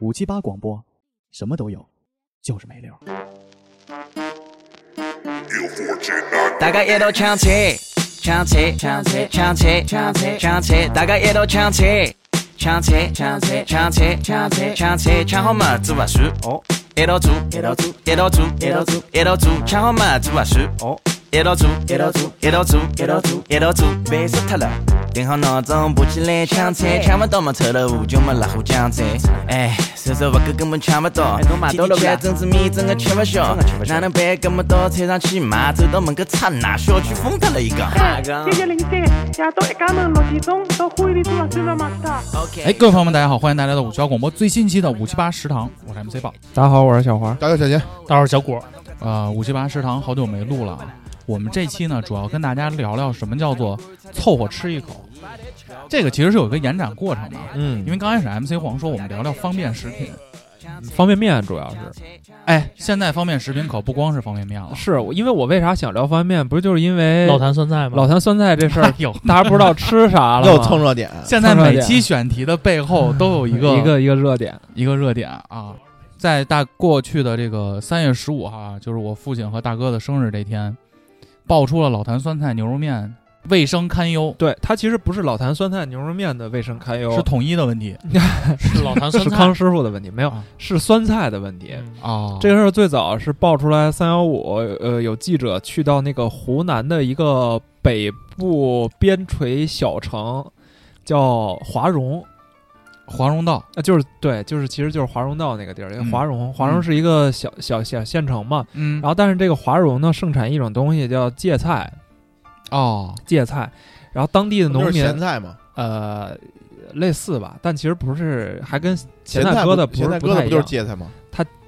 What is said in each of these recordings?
五七八广播，什么都有，就是没溜。大家一路唱起，唱起，唱起，唱起，唱起，唱起，大家一路唱起，唱起，唱起，唱起，唱起，唱起，唱好嘛，煮啊熟哦，一路煮，一路煮，一路煮，一路煮，一路煮，唱好嘛，煮啊熟哦。一路煮，一路煮，一路煮，一路煮，一路煮，别说他了。顶好闹钟，不起来抢菜，抢不到嘛臭豆腐，就么辣胡酱菜。哎，瘦瘦不够根本抢不到，天天吃蒸子面啊真的吃不消，哪能办？根本到菜场去买，走到门口刹那，小区封掉了一个。谢谢零三，夜到一家门六点钟到花园里做核酸了嘛的。哎，各位朋友们，大家好，欢迎大家来到五七八广播最新一期的五七八食堂，我是 MC 豹。大家好，我是小花。大家小杰，大伙儿小果，啊，五七八食堂好久没录了啊。我们这期呢，主要跟大家聊聊什么叫做凑合吃一口。这个其实是有一个延展过程的，嗯因为刚开始 MC 黄说我们聊聊方便食品，方便面主要是哎，现在方便食品可不光是方便面了，，是我因为我为啥想聊方便面，不就是因为老坛酸菜吗？老坛酸菜这事儿 有大家不知道吃啥 了吗，又蹭热 点，现在每期选题的背后都有 一个一个一个热点。一个热点啊，在大过去的这个三月十五号啊，就是我父亲和大哥的生日这天，爆出了老坛酸菜牛肉面卫生堪忧，对，它其实不是老坛酸菜牛肉面的卫生堪忧，是统一的问题是老坛酸 是菜康。师傅的问题，没有啊是酸菜的问题。嗯啊。这个事儿最早是爆出来三幺五，呃，有记者去到那个湖南的一个北部边陲小城，叫华容，华容道啊，就是对，就是其实就是华容道那个地儿，嗯华容，华容是一个小小小县城嘛。嗯然后，但是这个华容呢，盛产一种东西叫芥菜，哦，芥菜。然后当地的不就农是民咸，菜嘛，呃，类似吧，但其实不是，还跟咸嗯咸菜搁不的不咸是菜不搁的太不一就是样。芥菜吗？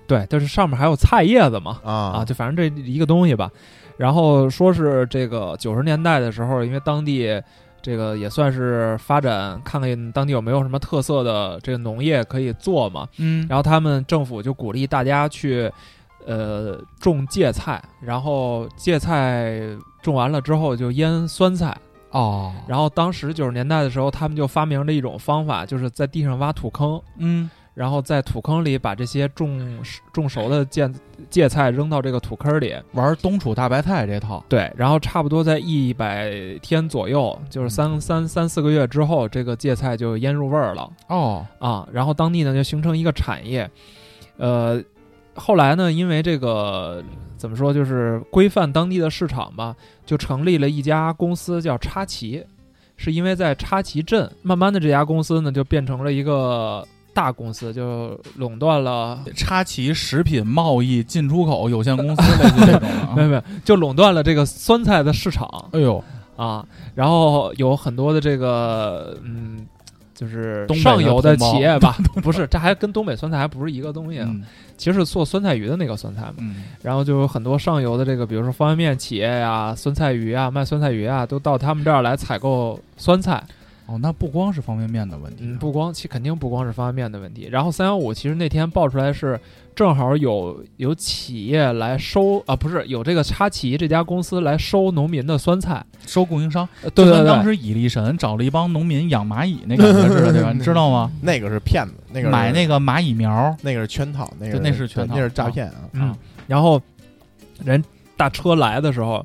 对，就是上面还有菜叶子嘛，啊啊，就反正这一个东西吧。然后说是这个九十年代的时候，因为当地这个也算是发展，看看当地有没有什么特色的这个农业可以做嘛。嗯，然后他们政府就鼓励大家去，呃，种芥菜，然后芥菜种完了之后就腌酸菜。哦，然后当时九十年代的时候，他们就发明了一种方法，就是在地上挖土坑，嗯然后在土坑里把这些种种熟的芥芥菜扔到这个土坑里。玩冬储大白菜这套，对，然后差不多在一百天左右，就是三、三三四个月之后，这个芥菜就腌入味儿了。哦，啊，然后当地呢就形成一个产业，呃，后来呢，因为这个怎么说，就是规范当地的市场吧，就成立了一家公司叫插旗，是因为在插旗镇，慢慢的这家公司呢就变成了一个大公司，就垄断了，插旗食品贸易进出口有限公司类似这种的 没有啊，没有，就垄断了这个酸菜的市场哎呦，啊，然后有很多的这个嗯。就是东北的上游的同胞企业 吧，不是，这还跟东北酸菜还不是一个东西啊。嗯其实是做酸菜鱼的那个酸菜嘛，嗯，然后就有很多上游的这个，比如说方便面企业呀、酸菜鱼啊、卖酸菜鱼啊，都到他们这儿来采购酸菜。哦，那不光是方便面的问题啊嗯，，不光，其肯定不光是方便面的问题。然后三幺五其实那天爆出来是正好有有企业来收啊，不是有这个插旗这家公司来收农民的酸菜。收供应商，呃对就对跟当对，时蚁力神找了一帮农民养蚂蚁那感觉似的，对吧？你知道吗？那个是骗子， 那个是买那个蚂蚁苗，那个是圈套，那个对那是圈套对那是诈骗啊！嗯，然后人大车来的时候。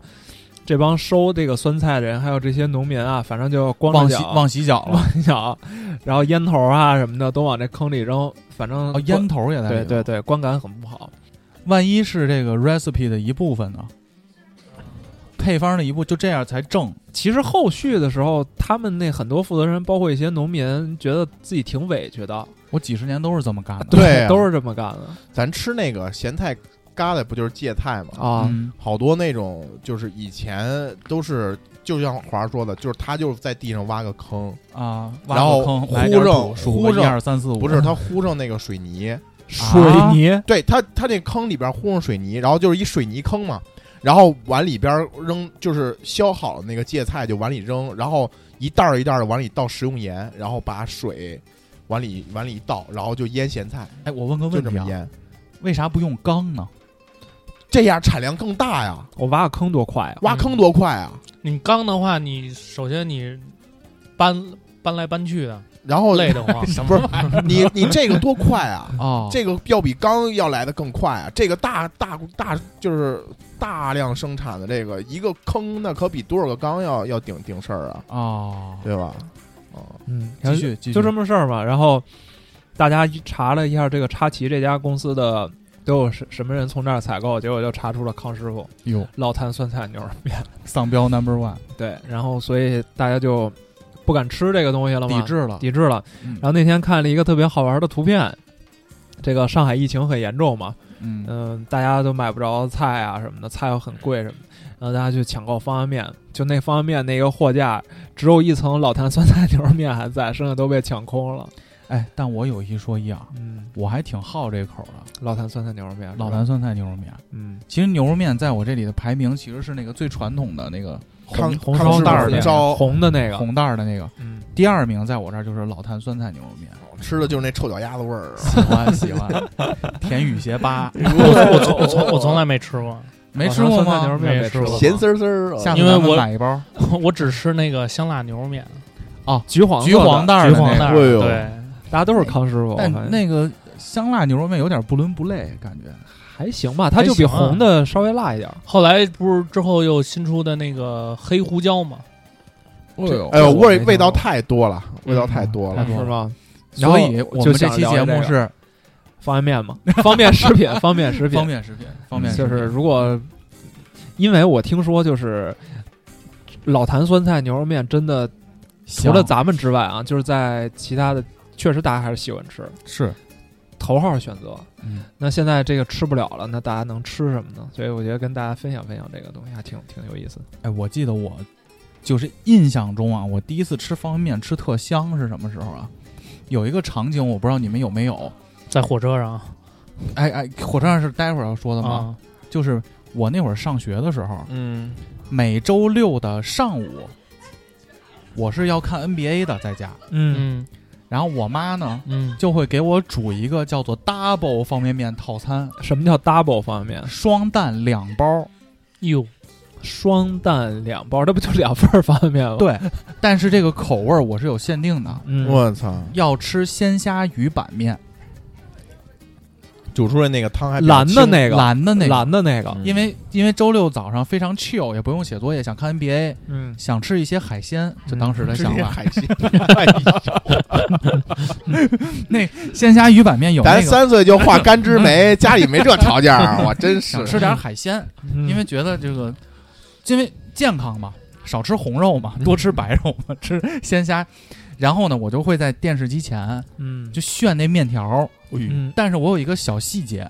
这帮收这个酸菜的人，还有这些农民啊，反正就光忘着洗脚忘洗脚了，你想啊，然后烟头啊什么的都往这坑里扔，反正哦，烟头也在里对头。对对，观感很不好。万一是这个 recipe 的一部分呢？配方的一部就这样才正其实后续的时候，他们那很多负责人，包括一些农民，觉得自己挺委屈的，我几十年都是这么干的。 对啊都是这么干的咱吃那个咸菜疙瘩不就是芥菜吗？啊。嗯好多那种就是以前都是，就像华儿说的，就是他就是在地上挖个坑，啊，挖然后个坑忽来点正土数忽个一正二三四五，啊不是啊他糊上那个水泥，水泥，对他他那坑里边糊上水泥，然后就是一水泥坑嘛，然后往里边扔，就是削好的那个芥菜就往里扔，然后一袋儿一袋儿的往里倒食用盐，然后把水往里往里一倒，然后就腌咸菜，哎，我问个就问这题么啊，腌，为啥不用缸呢？这样产量更大呀，我挖个坑多快啊！挖坑多快啊！你缸的话，你首先你搬搬来搬去的，然后累得慌。什 不是你你这个多快啊！哦，这个要比钢要来的更快啊！这个大大大就是大量生产的这个一个坑，那可比多少个钢要要顶顶事儿啊，哦，对吧？哦，嗯，继续继续，就这么事儿嘛。然后大家一查了一下这个插旗这家公司的都有什什么人从这儿采购，结果就查出了康师傅哟，老坛酸菜牛肉面。丧标 number one 对，然后所以大家就不敢吃这个东西了嘛，抵制了，抵制了。嗯然后那天看了一个特别好玩的图片，这个上海疫情很严重嘛，嗯，嗯、大家都买不着菜啊什么的，菜又很贵什么的，然后大家去抢购方便面，就那方便面那个货架只有一层老坛酸菜牛肉面还在，剩下都被抢空了。哎，但我有一说一啊，嗯，我还挺好这口的，老坛酸菜牛肉面，老坛，酸菜牛肉面。嗯，其实牛肉面在我这里的排名其实是那个最传统的那个康红康烧师袋傅儿红面烧红的那个，哦红袋儿的那个，嗯，第二名在我这儿就是老坛酸菜牛肉面，吃的就是那臭脚丫子味儿。啊喜欢喜欢，田雨鞋吧，我我从我从我从来没吃过， 没吃过老坛酸菜牛吗肉？面没吃吃过咸丝丝儿，下哦次因为咱们我买一包我只吃那个香辣牛肉面，橘黄哦橘黄的，袋儿橘的黄哦那袋个，儿哎呦的，对，大家都是康师傅，我发但现那个香辣牛肉面有点不伦不类感觉。还行吧，它就比还行啊红的稍微辣一点儿。后来不是之后又新出的那个黑胡椒嘛？哎呦哎呦，这我味没味道听过太多了，味道太多了太。多是吗？所以我们这期节目是方便面嘛， 方便食品，方便食品，方便食品，方便食嗯就品是如果，因为我听说就是老坛酸菜牛肉面真的除香了咱们之外啊，就是在其他的确实大家还是喜欢吃，是头号选择。嗯那现在这个吃不了了，那大家能吃什么呢？所以我觉得跟大家分享分享这个东西还挺挺有意思的。哎，我记得我就是印象中啊，我第一次吃方便面吃特香是什么时候啊？有一个场景我不知道你们有没有，在火车上哎哎，火车上是待会儿要说的吗？啊，就是我那会儿上学的时候，嗯，每周六的上午，我是要看 NBA 的，在家，嗯，嗯然后我妈呢嗯，就会给我煮一个叫做 double 方便面套餐，什么叫 double 方便面？双蛋两包，哟，双蛋两包，这不就两份儿方便面吗？，对，但是这个口味儿我是有限定的，嗯，我操，要吃鲜虾鱼板面，煮出来那个汤还比较蓝的清那个，蓝的那个，蓝的那个，嗯因为因为周六早上非常 chill，也不用写作业，想看 NBA，嗯，想吃一些海鲜，就当时的直想接法。嗯海鲜。哎呀鲜虾鱼板面有那咱个，三岁就画干枝梅，家里没这条件儿，我真是想。吃点海鲜，因为觉得这个，因为健康嘛，少吃红肉嘛，多吃白肉嘛， 吃鲜虾。然后呢，我就会在电视机前嗯，就炫那面条，嗯但是我有一个小细节，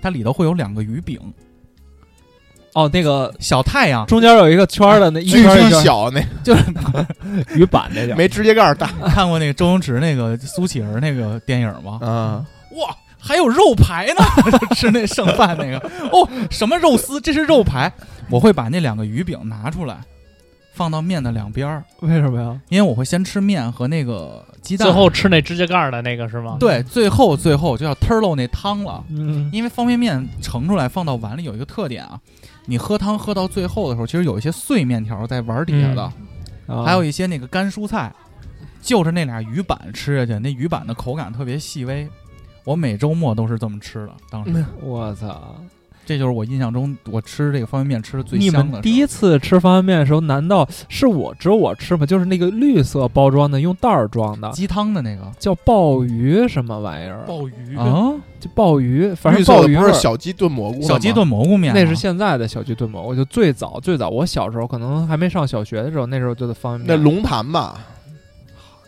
它里头会有两个鱼饼，哦，那个小太阳，中间有一个圈儿的那一巨圈儿一巨圈小那就是儿鱼板那叫，没指甲盖儿大 看过那个周星驰那个苏乞儿那个电影吗？啊！嗯哇，还有肉排呢， 就吃那剩饭那个哦，什么肉丝？这是肉排。我会把那两个鱼饼拿出来，放到面的两边儿，为什么呀？因为我会先吃面和那个鸡蛋。最后吃那指甲盖儿的那个是吗？对，最后最后就要 t u r l o 那汤了，嗯，因为方便面盛出来放到碗里有一个特点啊，你喝汤喝到最后的时候，其实有一些碎面条在碗底下的，啊嗯还有一些那个干蔬菜，就着那俩鱼板吃下去，那鱼板的口感特别细微。我每周末都是这么吃的，当时。啊嗯我操！这就是我印象中我吃这个方便面吃的最你香的时们候。第一次吃方便面的时候，难道是我只有我吃吗？就是那个绿色包装的，用袋儿装的，啊鸡汤的那个叫鲍鱼什么玩意儿？鲍鱼啊，就鲍鱼，反绿正色鲍的鱼不味是儿小鸡炖蘑菇的吗，小鸡炖蘑菇面啊，那是现在的小鸡炖蘑菇。就最早最早，我小时候可能还没上小学的时候，那时候做的方那便面，龙潭吧，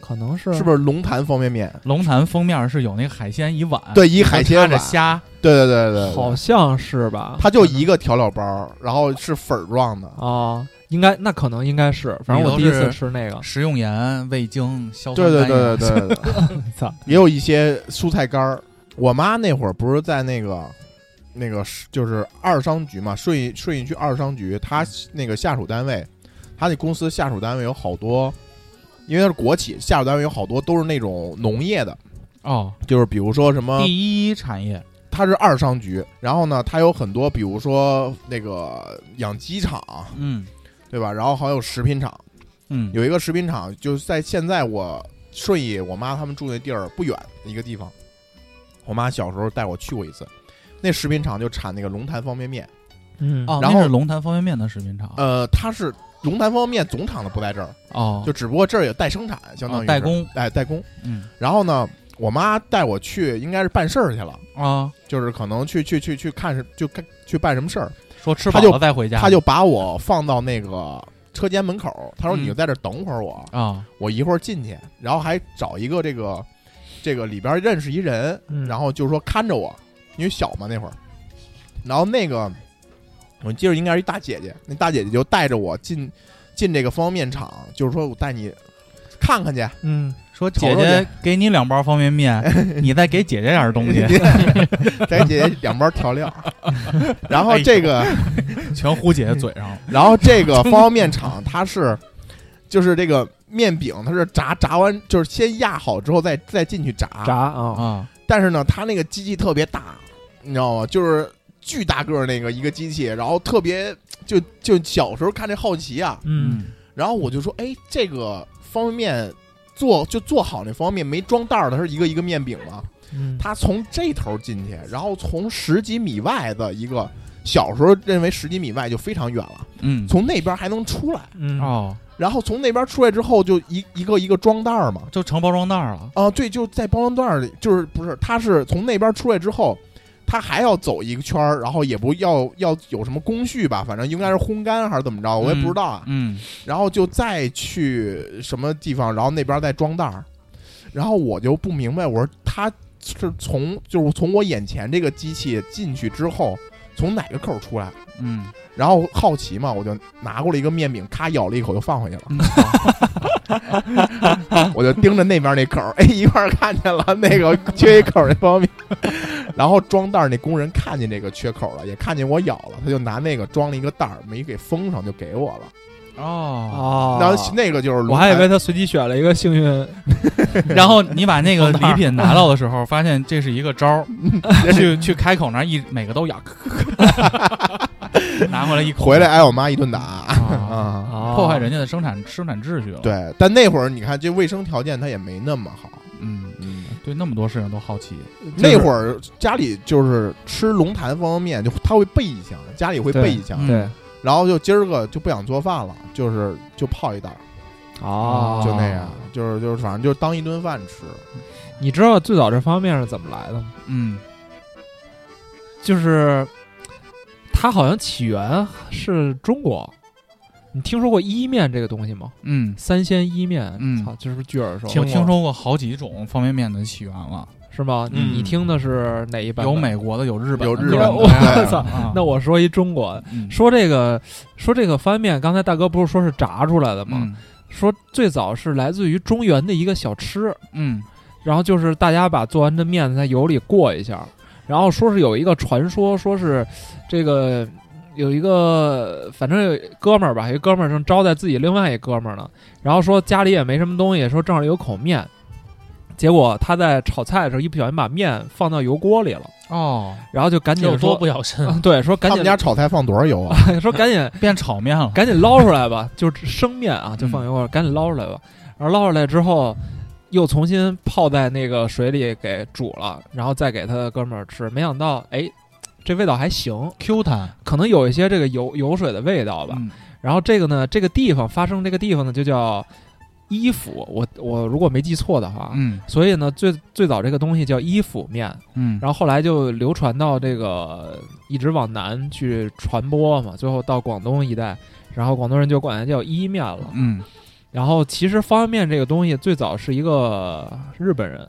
可能是是不是龙潭方便面？龙潭封面是有那个海鲜一碗，，对，一海鲜着碗，虾，对对对对对，好像是吧？它就一个调料包儿，然后是粉儿状的，啊，应该那可能应该是，反正我第一你都次是吃那个，食用盐、味精、硝酸对对甘油对对对对，操，也有一些蔬菜干儿。我妈那会儿不是在那个那个是就是二商局嘛，顺义顺义区二商局，她那个下属单位，她那公司下属单位有好多，因为它是国企，下属单位有好多都是那种农业的，哦，就是比如说什么，第一产业它是二商局，然后呢，它有很多，比如说那个养鸡场，嗯对吧？然后还有食品厂，嗯有一个食品厂，就是在现在我顺义，我妈他们住那地儿不远一个地方，我妈小时候带我去过一次，那食品厂就产那个龙潭方便面，嗯哦，然那后是龙潭方便面的食品厂呃，它是龙潭方便面总厂的不在这儿，哦，就只不过这儿也代生产，相当于哦是代，工，哎，代工。嗯然后呢，我妈带我去，应该是办事儿去了，啊，就是可能去去去去看是就干去办什么事儿，说吃他饱就了再回家，她就把我放到那个车间门口，她说嗯你就在这儿等会儿我，啊我一会儿进去，然后还找一个这个这个里边认识一人，嗯然后就是说看着我，因为小嘛那会儿，然后那个我记得应该是一大姐姐，那大姐姐就带着我进进这个方便面厂，就是说我带你看看去，嗯，说瞅姐瞅姐去给你两包方便面，你再给姐姐点儿东西， 给姐姐两包调料，然后这个。全呼姐姐嘴上了。然后这个方便面厂它是，就是这个面饼它是炸炸完就是先压好之后再再进去炸，炸啊，啊，但是呢它那个机器特别大，你知道吗？就是巨大个儿那个一个机器，然后特别就就小时候看这好奇啊，嗯，然后我就说哎这个方便面。做就做好那方便面没装袋儿的，它是一个一个面饼嘛。嗯它从这头进去，然后从十几米外的一个小时候认为十几米外就非常远了，嗯，从那边还能出来。嗯哦，然后从那边出来之后，就一一个一个装袋儿嘛。就成包装袋儿了。啊，对，就在包装袋儿里，就是不是，他是从那边出来之后，他还要走一个圈儿，然后也不要要有什么工序吧，反正应该是烘干还是怎么着，我也不知道啊。嗯，然后就再去什么地方，然后那边再装袋儿。然后我就不明白，我说他是从就是从我眼前这个机器进去之后，从哪个口儿出来？嗯，然后好奇嘛，我就拿过了一个面饼，咔咬了一口，就放回去了。嗯 我就盯着那边那口儿，哎， 一块儿看见了那个缺一口儿那方面， 然后装袋儿那工人看见这个缺口了，也看见我咬了，他就拿那个装了一个袋儿，没给封上，就给我了。哦，哦，然后啊那个就是龙我还以潭为他随机选了一个幸运，然后你把那个装袋礼儿品拿到的时候，发现这是一个招儿，去去开口那儿一每个都咬， 拿回来一口回来挨我妈一顿打啊 啊、破坏人家的生产生产秩序了。，对，但那会儿你看这卫生条件它也没那么好，嗯，嗯，对那么多事情都好奇。那会儿家里就是吃龙潭方便面，就他会备一箱，家里会备一箱，嗯对然后就今儿个就不想做饭了，就是就泡一袋儿，啊哦，就那样，就是就是反正就当一顿饭吃。你知道最早这方面是怎么来的吗？嗯，就是它好像起源是中国。你听说过伊面这个东西吗？嗯，三鲜伊面，嗯操，这是不是巨耳熟？我听说过好几种方便面的起源了，是吗？嗯你听的是哪一版本？有美国的，有日本的，有日本有的东南亚的我操啊那我说一中国的，嗯说这个说这个翻面，刚才大哥不是说是炸出来的吗？嗯说最早是来自于中原的一个小吃，嗯然后就是大家把做完的面在油里过一下，然后说是有一个传说，说是这个有一个反正有哥们儿吧，有一哥们儿正招待自己另外一哥们儿呢，然后说家里也没什么东西，说正好有口面，结果他在炒菜的时候一不小心把面放到油锅里了，哦，然后就赶紧有多说啊不小心， 对，说他赶们紧家炒菜放多少油 啊？说赶紧变炒面了。赶紧捞出来吧， 就是生面啊，嗯就放油锅，赶紧捞出来吧。然后捞出来之后，又重新泡在那个水里给煮了，然后再给他的哥们儿吃。没想到，哎，这味道还行， Q 弹可能有一些这个油油水的味道吧。嗯然后这个呢，这个地方发生这个地方呢，就叫伊府。我我如果没记错的话，嗯所以呢，最最早这个东西叫伊府面，嗯，然后后来就流传到这个，一直往南去传播嘛，最后到广东一带，然后广东人就管它叫伊面了。嗯然后其实方便面这个东西最早是一个日本人，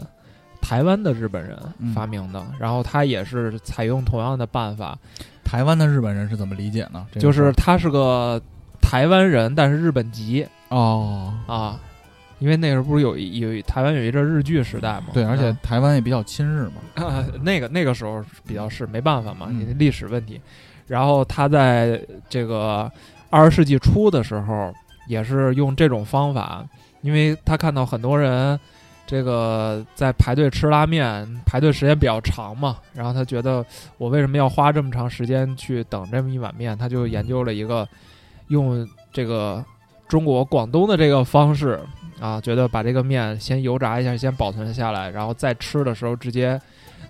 台湾的日本人嗯发明的，然后他也是采用同样的办法，台湾的日本人是怎么理解呢？这个就是事儿他是个台湾人，但是日本籍哦，啊，因为那时候不是有一有一台湾有一阵日剧时代嘛，对，而且台湾也比较亲日嘛。啊， 那个那个时候比较是没办法嘛，嗯你历史问题。然后他在这个二十世纪初的时候，也是用这种方法，因为他看到很多人这个在排队吃拉面，排队时间比较长嘛，然后他觉得我为什么要花这么长时间去等这么一碗面？他就研究了一个用这个中国广东的这个方式啊，觉得把这个面先油炸一下，先保存下来，然后再吃的时候直接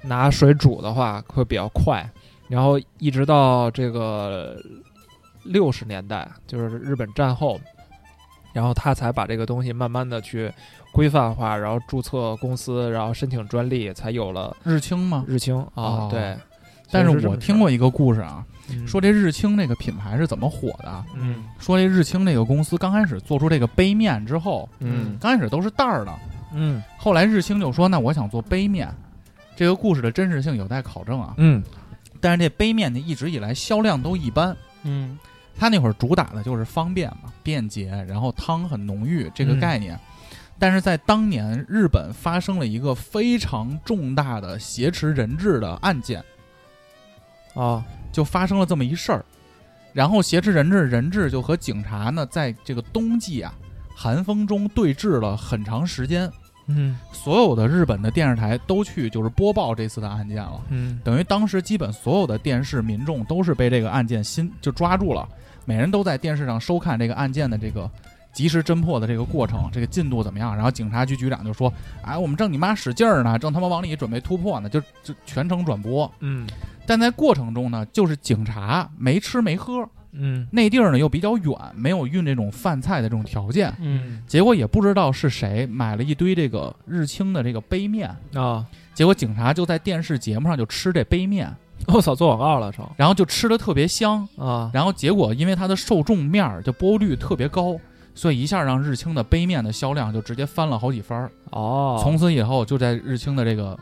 拿水煮的话会比较快。然后一直到这个六十年代，就是日本战后，然后他才把这个东西慢慢的去规范化，然后注册公司，然后申请专利，才有了日清吗？日清啊。哦对，但所以是这么我事儿听过一个故事啊，嗯说这日清那个品牌是怎么火的啊？嗯说这日清那个公司刚开始做出这个杯面之后，嗯刚开始都是袋儿的，嗯后来日清就说那我想做杯面，这个故事的真实性有待考证啊。嗯但是这杯面呢一直以来销量都一般，嗯它那会儿主打的就是方便嘛、便捷，然后汤很浓郁这个嗯概念。但是在当年，日本发生了一个非常重大的挟持人质的案件，啊就发生了这么一事儿。然后挟持人质，人质就和警察呢，在这个冬季啊寒风中对峙了很长时间。嗯所有的日本的电视台都去就是播报这次的案件了，嗯等于当时基本所有的电视民众都是被这个案件新就抓住了，每人都在电视上收看这个案件的这个及时侦破的这个过程，这个进度怎么样？然后警察局局长就说：“哎，我们正你妈使劲儿呢，正他妈往里准备突破呢，就就全程转播。嗯”但在过程中呢，就是警察没吃没喝，嗯那地儿呢又比较远，没有运这种饭菜的这种条件，嗯结果也不知道是谁买了一堆这个日清的这个杯面。啊！结果警察就在电视节目上就吃这杯面，我操，哦做广告了成然后就吃的特别香，啊！然后结果因为它的受众面儿就播率特别高，所以一下让日清的杯面的销量就直接翻了好几番儿。哦，从此以后就在日清的这个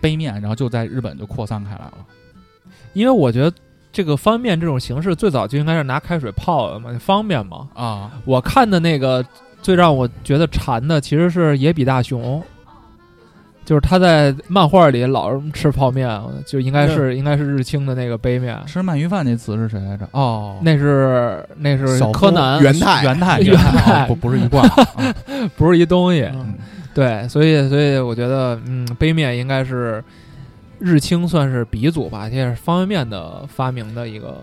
杯面，然后就在日本就扩散开来了。因为我觉得这个方便面这种形式最早就应该是拿开水泡的嘛，方便嘛。啊，我看的那个最让我觉得馋的其实是野比大雄，就是他在漫画里老是吃泡面，就应该是、应该是日清的那个杯面，吃鳗鱼饭那词是谁来着？哦，那是那是小夫柯南，元太元 太，元太哦不不是一贯啊。啊不是一东西。嗯对，所以所以我觉得，嗯，杯面应该是日清算是鼻祖吧，这也是方便面的发明的一个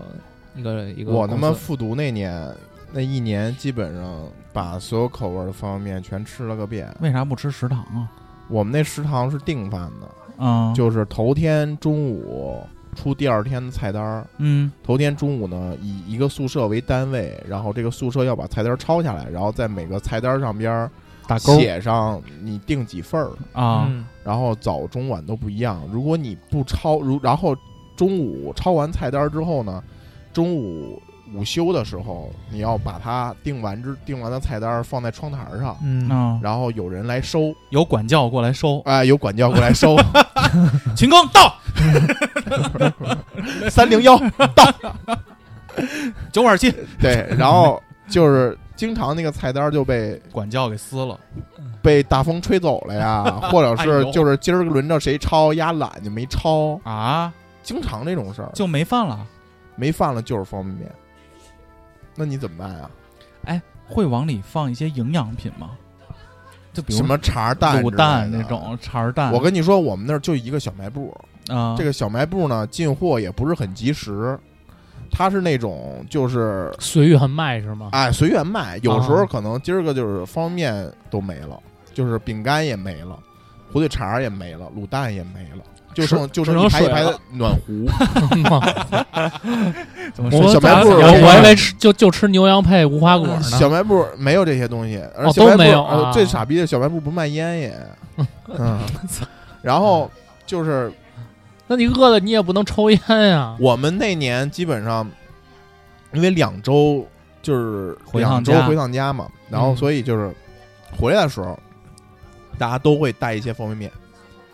一个一个呃公司。我他妈复读那年，那一年基本上把所有口味的方便面全吃了个遍。为啥不吃食堂啊？我们那食堂是订饭的，嗯，就是头天中午出第二天的菜单儿。嗯头天中午呢，以一个宿舍为单位，然后这个宿舍要把菜单儿抄下来，然后在每个菜单上边儿打勾写上你订几份儿，啊，嗯然后早中晚都不一样。如果你不抄，如然后中午抄完菜单之后呢，中午午休的时候，你要把它订完之订完的菜单放在窗台上，嗯啊，然后有人来收，有管教过来收，哎、有管教过来收，秦庚到三零幺，九二七， 对，然后就是经常那个菜单就被管教给撕了。被大风吹走了呀，或者哎是呦就是今儿轮着谁抄，丫懒就没抄，啊，经常这种事儿，就没饭了，没饭了就是方便面，那你怎么办啊？会往里放一些营养品吗？就比如什么茶蛋、卤蛋那。种肠儿蛋，我跟你说，我们那儿就一个小卖部，嗯啊这个小卖部呢进货也不是很及时，它是那种就是随遇很卖是 吗？哎随便卖，有时啊候可能今儿个就是方便面都没了，就是饼干也没了，火腿肠也没了，卤蛋也没了。就剩就剩只一能排一水排的了暖壶，怎么是说小卖部我儿我还以为吃就就吃牛羊配无花果小呢。卖部儿没有这些东西，而哦小都卖部没有儿呃啊最傻逼的小卖部不卖 烟也，嗯，然后就是那你饿了你也不能抽烟啊呀。我们那年基本上，因为两周就是回两趟周家回趟家嘛，然后嗯所以就是回来的时候，大家都会带一些方便面，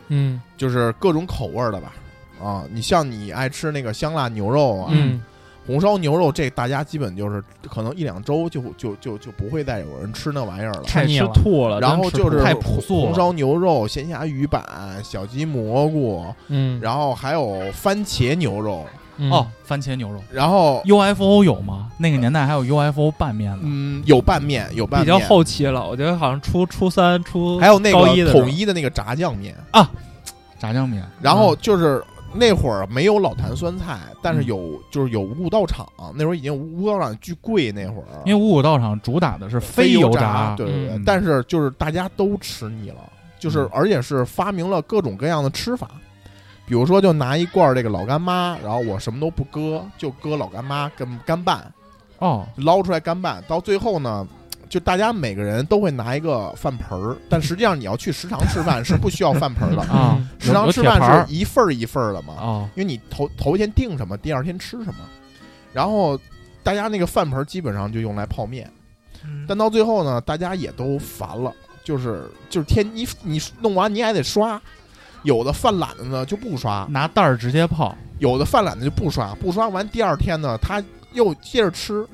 嗯就是各种口味儿的吧。啊，你像你爱吃那个香辣牛肉啊，嗯红烧牛肉，这大家基本就是可能一两周就就就就不会再有人吃那玩意儿了。太太腻吃了吐了，然真后吃就吐是太朴素了红烧牛肉、咸虾鱼板、小鸡蘑菇，嗯，然后还有番茄牛肉，嗯哦，番茄牛肉然后 UFO 有吗？那个年代还有 UFO 拌面呢。嗯，有拌面，有拌比面，较后期了，我觉得好像初初三初还有那高一个的统一一的那个炸酱面，炸酱面，然后就是那会儿没有老坛酸菜，但是嗯有、就是有五谷道场，那会儿已经五谷道场巨贵，那会儿因为五谷道场主打的是非油炸，对对对、嗯但是就是大家都吃腻了，就是嗯而且是发明了各种各样的吃法，比如说就拿一罐儿这个老干妈，然后我什么都不搁，就搁老干妈跟干拌，哦，捞出来干拌，到最后呢。就大家每个人都会拿一个饭盆儿，但实际上你要去食堂吃饭是不需要饭 盆儿的，啊嗯食堂有吃铁盘饭儿是一份儿一份儿的嘛。哦，因为你头头一天定什么，第二天吃什么，然后大家那个饭盆基本上就用来泡面，但到最后呢，大家也都烦了，就是就是天你你弄完你还得刷，有的犯懒的呢就不刷，拿袋儿直接泡，有的犯懒的就不刷，不刷完第二天呢他又接着吃，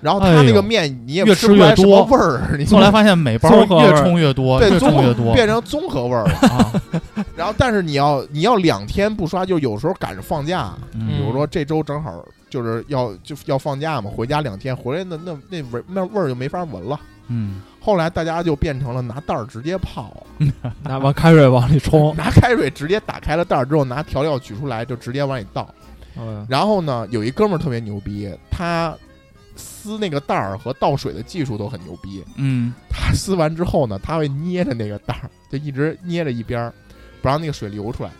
然后哎他呦那个面你也越吃吃不出越来什么多味儿，你后来发现每包综合味越儿冲越多，对哦越综冲合越多变成综合味儿了。啊， 然后但是你要你要两天不刷，就有时候赶上放假。比嗯如说这周正好就是要就要放假嘛，回家两天，回来那那那味那味儿就没法闻了。嗯，后来大家就变成了拿袋儿直接泡，拿完开水往里哦冲，拿开水直接打开了袋儿之后，拿调料取出来就直接往里倒。哦嗯然后呢，有一哥们儿特别牛逼，他撕那个袋儿和倒水的技术都很牛逼。嗯，他撕完之后呢，他会捏着那个袋儿，就一直捏着一边儿，不让那个水流出来。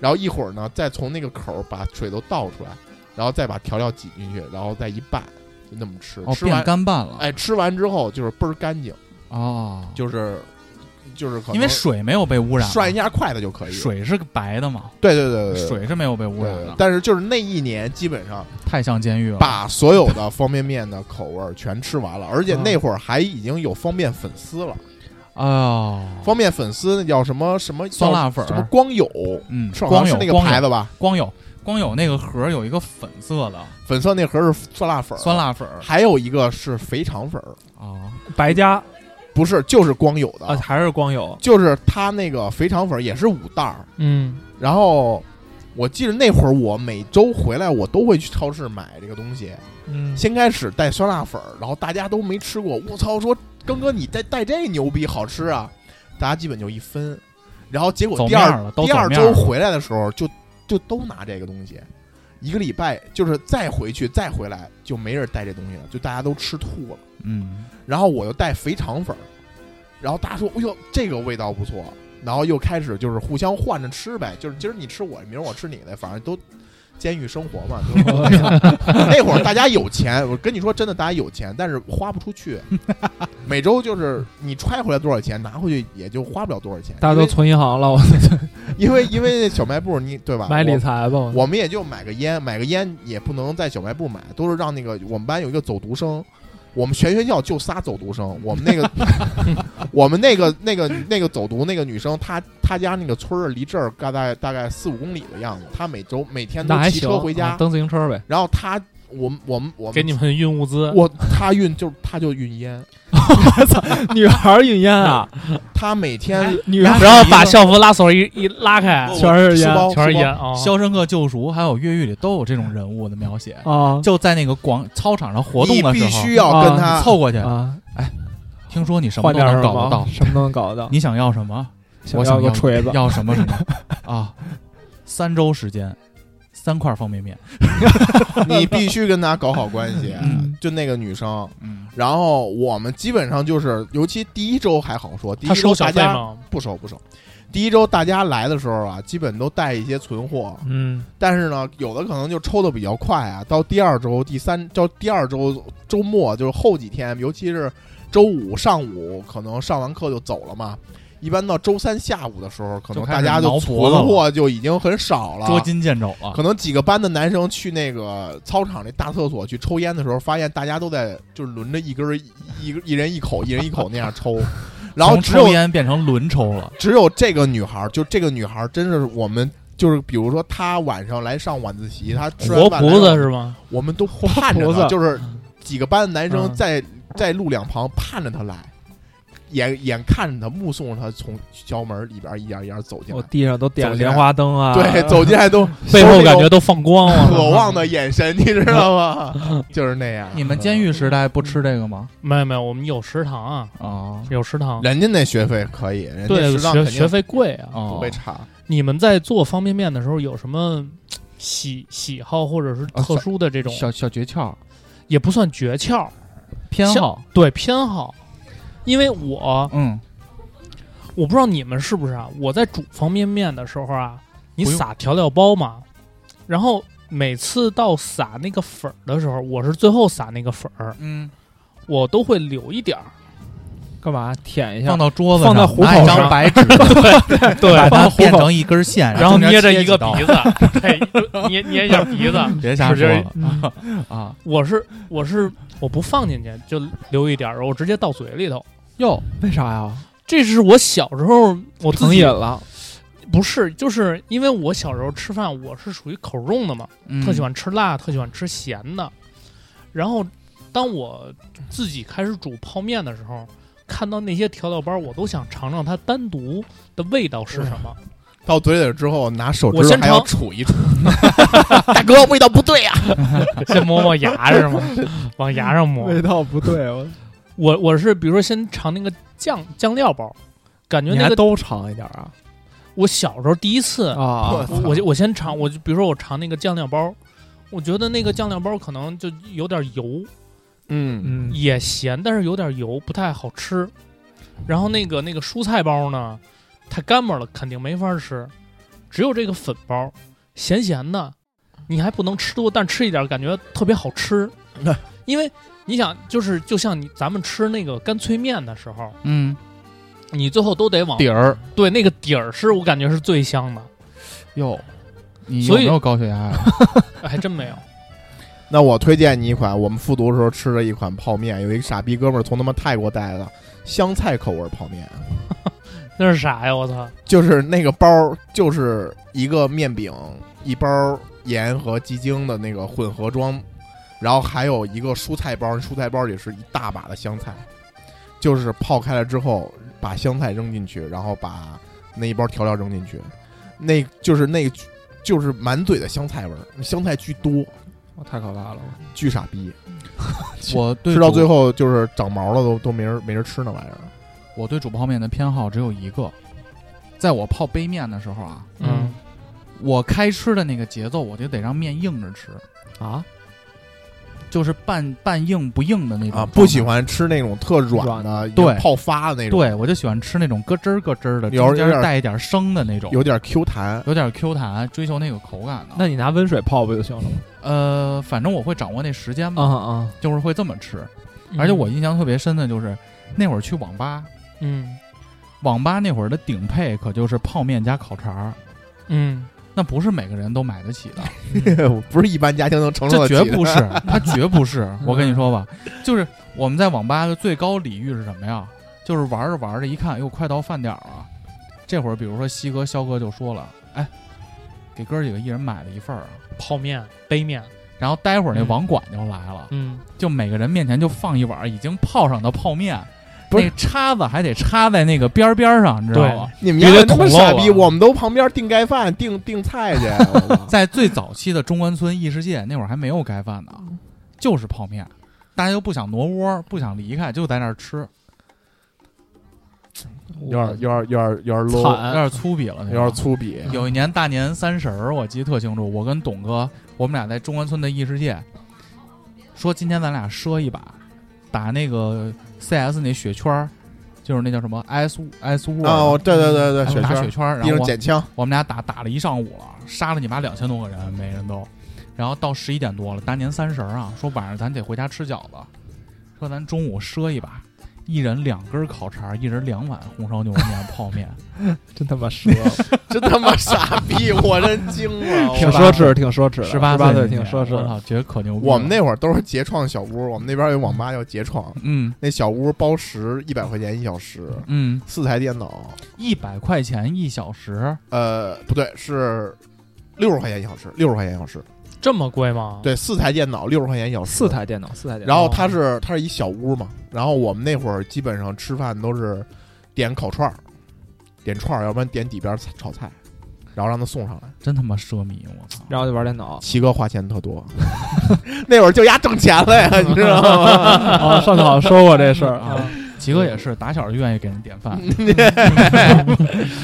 然后一会儿呢，再从那个口儿把水都倒出来，然后再把调料挤进去，然后再一拌，就那么吃。哦，吃变完，干拌了，哎，吃完之后就是倍儿干净，哦，就是就是可能因为水没有被污染，涮一下筷子就可以。，水是白的嘛，对对对对对，水是没有被污对染呃嗯对对的，但是就是那一年基本上太像监狱了，把所有的方便面的口味儿全吃完了，而且那会儿还已经有方便粉丝了。哦，方便粉丝那叫什么什么酸辣粉儿什么光友，嗯，是好光像是有那个光牌有子吧？光有光有那个盒儿有一个粉色的粉啊色那盒是酸辣粉，酸，辣粉儿还有一个是肥肠粉儿，哦啊，白家不是就是光友的， 啊还是光友，就是它那个肥肠粉儿也是五袋儿。嗯，然后我记得那会儿我每周回来我都会去超市买这个东西，嗯，先开始带酸辣粉儿，然后大家都没吃过，我操，说庚哥你带带这牛逼好吃啊，大家基本就一分，然后结果走第面二儿了，都第走二面儿周了，回来的时候就就都拿这个东西，一个礼拜就是再回去再回来就没人带这东西了，就大家都吃吐了。嗯，然后我又带肥肠粉儿，然后大家说：“哎呦，这个味道不错。”然后又开始就是互相换着吃呗，就是今儿你吃我，明儿我吃你的，反正都监狱生活嘛。 就是说那会儿大家有钱，我跟你说真的，大家有钱，但是花不出 去。每周就是你揣回来多少钱，拿回去也就花不了多少钱。大家都存银行了，我因为因为因为那小卖部你对吧？买理我财吧，我我们也就买个烟，买个烟也不能在小卖部买，都是让那个我们班有一个走读生，我们全学校就仨走读生，我们 那个我们那个那个那个走读那个女生，她她家那个村儿离这儿大概大概四五公里的样子，她每周每天都那还骑行，车回家啊，蹬自行车呗，然后她我们我们我们给你们运物资，我她运就她就运烟， 女孩运烟啊，她每 天女然后把校服拉锁一一拉开，全是书烟包全是书包烟啊！ 《肖申克救赎》还有《越狱》里都有这种人物的描写，啊就在那个广操场上活动哦你的时必候，须要跟啊她凑过去，啊，听说你什么换都点能什搞得 到么，， 什么都能搞得到，你想要什么？我要想个锤子，要什么什么 啊？三周时间，三块方便面，你必须跟她搞好关系嗯，就那个女生。嗯，然后我们基本上就是，尤其第一周还好说，第一他周收小大费家吗？不收不收。第一周大家来的时候啊，基本都带一些存货，嗯，但是呢，有的可能就抽的比较快啊。到第二周、第三到第二周周末，就是后几天，尤其是周五上午，可能上完课就走了嘛。一般到周三下午的时候，可能就开大始家就挠存脖子了货就已经很少了，捉襟见肘了可能几个班的男生去那个操场那大厕所去抽烟的时候，发现大家都在就是轮着一根儿一一一人一口，一人一口那样抽，然后从只有抽烟变成轮抽了，只有这个女孩儿，就这个女孩儿真是我们就是比如说她晚上来上晚自习，她吃完活饭来菩萨上是吗？我们都盼着活菩她，萨就是几个班的男生嗯在在路两旁盼着她来。眼眼看着他，目送着他从校门里边一点一点走进我来，地上都点了走进来莲花灯啊，对，走进来都背后感觉都放光了，渴望的眼神，你知道吗？ 就是那样。你们监狱时代不吃这个吗？没有没有，我们有食堂啊，啊有食堂，人家那学费可以，人家对食堂学肯学定费贵啊。哦不会差。你们在做方便面的时候有什么喜喜好或者是啊特殊的这种，小小诀窍也不算诀窍，偏好，对偏好。因为我嗯，我不知道你们是不是啊，我在煮方便面的时候啊，你不用撒调料包嘛，然后每次到撒那个粉儿的时候，我是最后撒那个粉儿，嗯，我都会留一点儿， 干嘛舔一下放？到桌子放上，到虎拿一口张上白纸，对哎把它放变成一根线，然后中间捏着切一个几刀 鼻，子，对，捏捏一下鼻子。别瞎使说劲了 啊！我是我是我不放进去，就留一点儿，我直接倒嘴里头。哟，为啥呀？这是我小时候我自成己瘾了，不是，就是因为我小时候吃饭我是属于口重的嘛，嗯特喜欢吃辣，特喜欢吃咸的。然后当我自己开始煮泡面的时候，看到那些调料包，我都想尝尝它单独的味道是什么。到嘴里之后，拿手我指头先还要尝杵一杵。大哥，味道不对呀！先磨磨牙是吗？ 往牙上磨。道不对，我我我是比如说先尝那个酱酱料包，感觉你那还个都尝一点啊我小时候第一次啊我！我我就我先尝，我就比如说我尝那个酱料包，我觉得那个酱料包可能就有点油，嗯，嗯，也咸，但是有点油，不太好吃。然后那个那个蔬菜包呢，太干巴了，肯定没法吃。只有这个粉包，咸咸的，你还不能吃多，但吃一点感觉特别好吃。因为你想，就是就像你咱们吃那个干脆面的时候，嗯，你最后都得往底儿对那个底儿是我感觉是最香的，哟，你有所以没有高血压呀？还真没有。那我推荐你一款，我们复读的时候吃了一款泡面，有一个傻逼哥们儿从他妈泰国带来的香菜口味泡面，那是啥呀？我操！就是那个包儿就是一个面饼，一包盐和鸡精的那个混合装，然后还有一个蔬菜包，蔬菜包里是一大把的香菜，就是泡开了之后把香菜扔进去，然后把那一包调料扔进去，那就是那就是满嘴的香菜味儿，香菜巨多，我太可怕了，巨傻逼。我对吃到煮最，后就是长毛了，都都没人没人吃那玩意儿。我对煮泡面的偏好只有一个，在我泡杯面的时候啊，嗯我开吃的那个节奏，我就得让面硬着吃，啊，就是半半硬不硬的那种啊，状态不喜。欢吃那种特软软的，嗯对已经泡发的那种，对，我就喜欢吃那种咯吱儿咯吱儿的，有中间有点带一点生的那种，有点 Q 弹。有点 Q 弹，追求那个口感的。那你拿温水泡不就行了吗？呃，反正我会掌握那时间吧，啊就是会这么吃。嗯而且我印象特别深的就是那会儿去网吧，嗯网吧那会儿的顶配可就是泡面加烤肠儿，嗯那不是每个人都买得起的， 不是一般家庭能承受这得起绝 的。不是，它绝不是。我嗯跟你说吧，就是我们在网吧的最高礼遇是什么呀？就是玩着玩着，一看，哟，哎快到饭点儿了。这会儿，比如说西哥、肖哥就说了：“哎，给哥几个一人买了一份儿啊。泡面、杯面，”然后待会儿那嗯网管就来了，嗯，就每个人面前就放一碗已经泡上的泡面，不是那叉子还得插在那个边儿边儿上，你知道对吗？你们绝家对那么捅漏傻逼，了我们都旁边订盖饭、订订菜 去。我操在最早期的中关村异世界那会儿还没有盖饭呢，就是泡面，大家又不想挪窝，不想离开，就在那儿吃，有点有点有点有点 low，有惨，点粗鄙了，有那会儿点粗鄙。有一年大年三十儿，我记得特清楚，我跟董哥，我们俩在中关村的异世界，说今天咱俩赊一把，打那个 CS 那雪圈儿，就是那叫什么 S S 物啊，我对对对对，雪打圈雪儿，圈儿，地然上后我捡枪， 我们俩打打了一上午了，杀了你妈两千多个人，每人都，然后到十一点多了，大年三十儿啊，说晚上咱得回家吃饺子，说咱中午赊一把，一人两根烤肠，一人两碗红烧牛肉面、泡面，真他妈奢，真他妈傻逼，我真惊了。 我挺奢侈，挺奢侈的，十十八八岁那挺年奢侈我的。操，觉得可牛逼了。我们那会儿都是结创小屋，我们那边有网吧叫结创，嗯那小屋包食一百块钱一小时，嗯，四台电脑，一百块钱一小时，呃，不对，是六十块钱一小时，六十块钱一小时，这么贵吗？，对，四台电脑六十块钱一小时，四。台电脑，四台电脑。然后它是它是一小屋嘛，然后我们那会儿基本上吃饭都是点烤串儿，点串儿，要不然点底边儿菜炒菜，然后让他送上来。，真他妈奢靡！我操！然后就玩电脑奇哥花钱特多， 那会儿就丫挣钱了呀，你知道吗？ 啊，上次好像说过这事儿 啊。吉哥也是打小就愿意给人点 饭，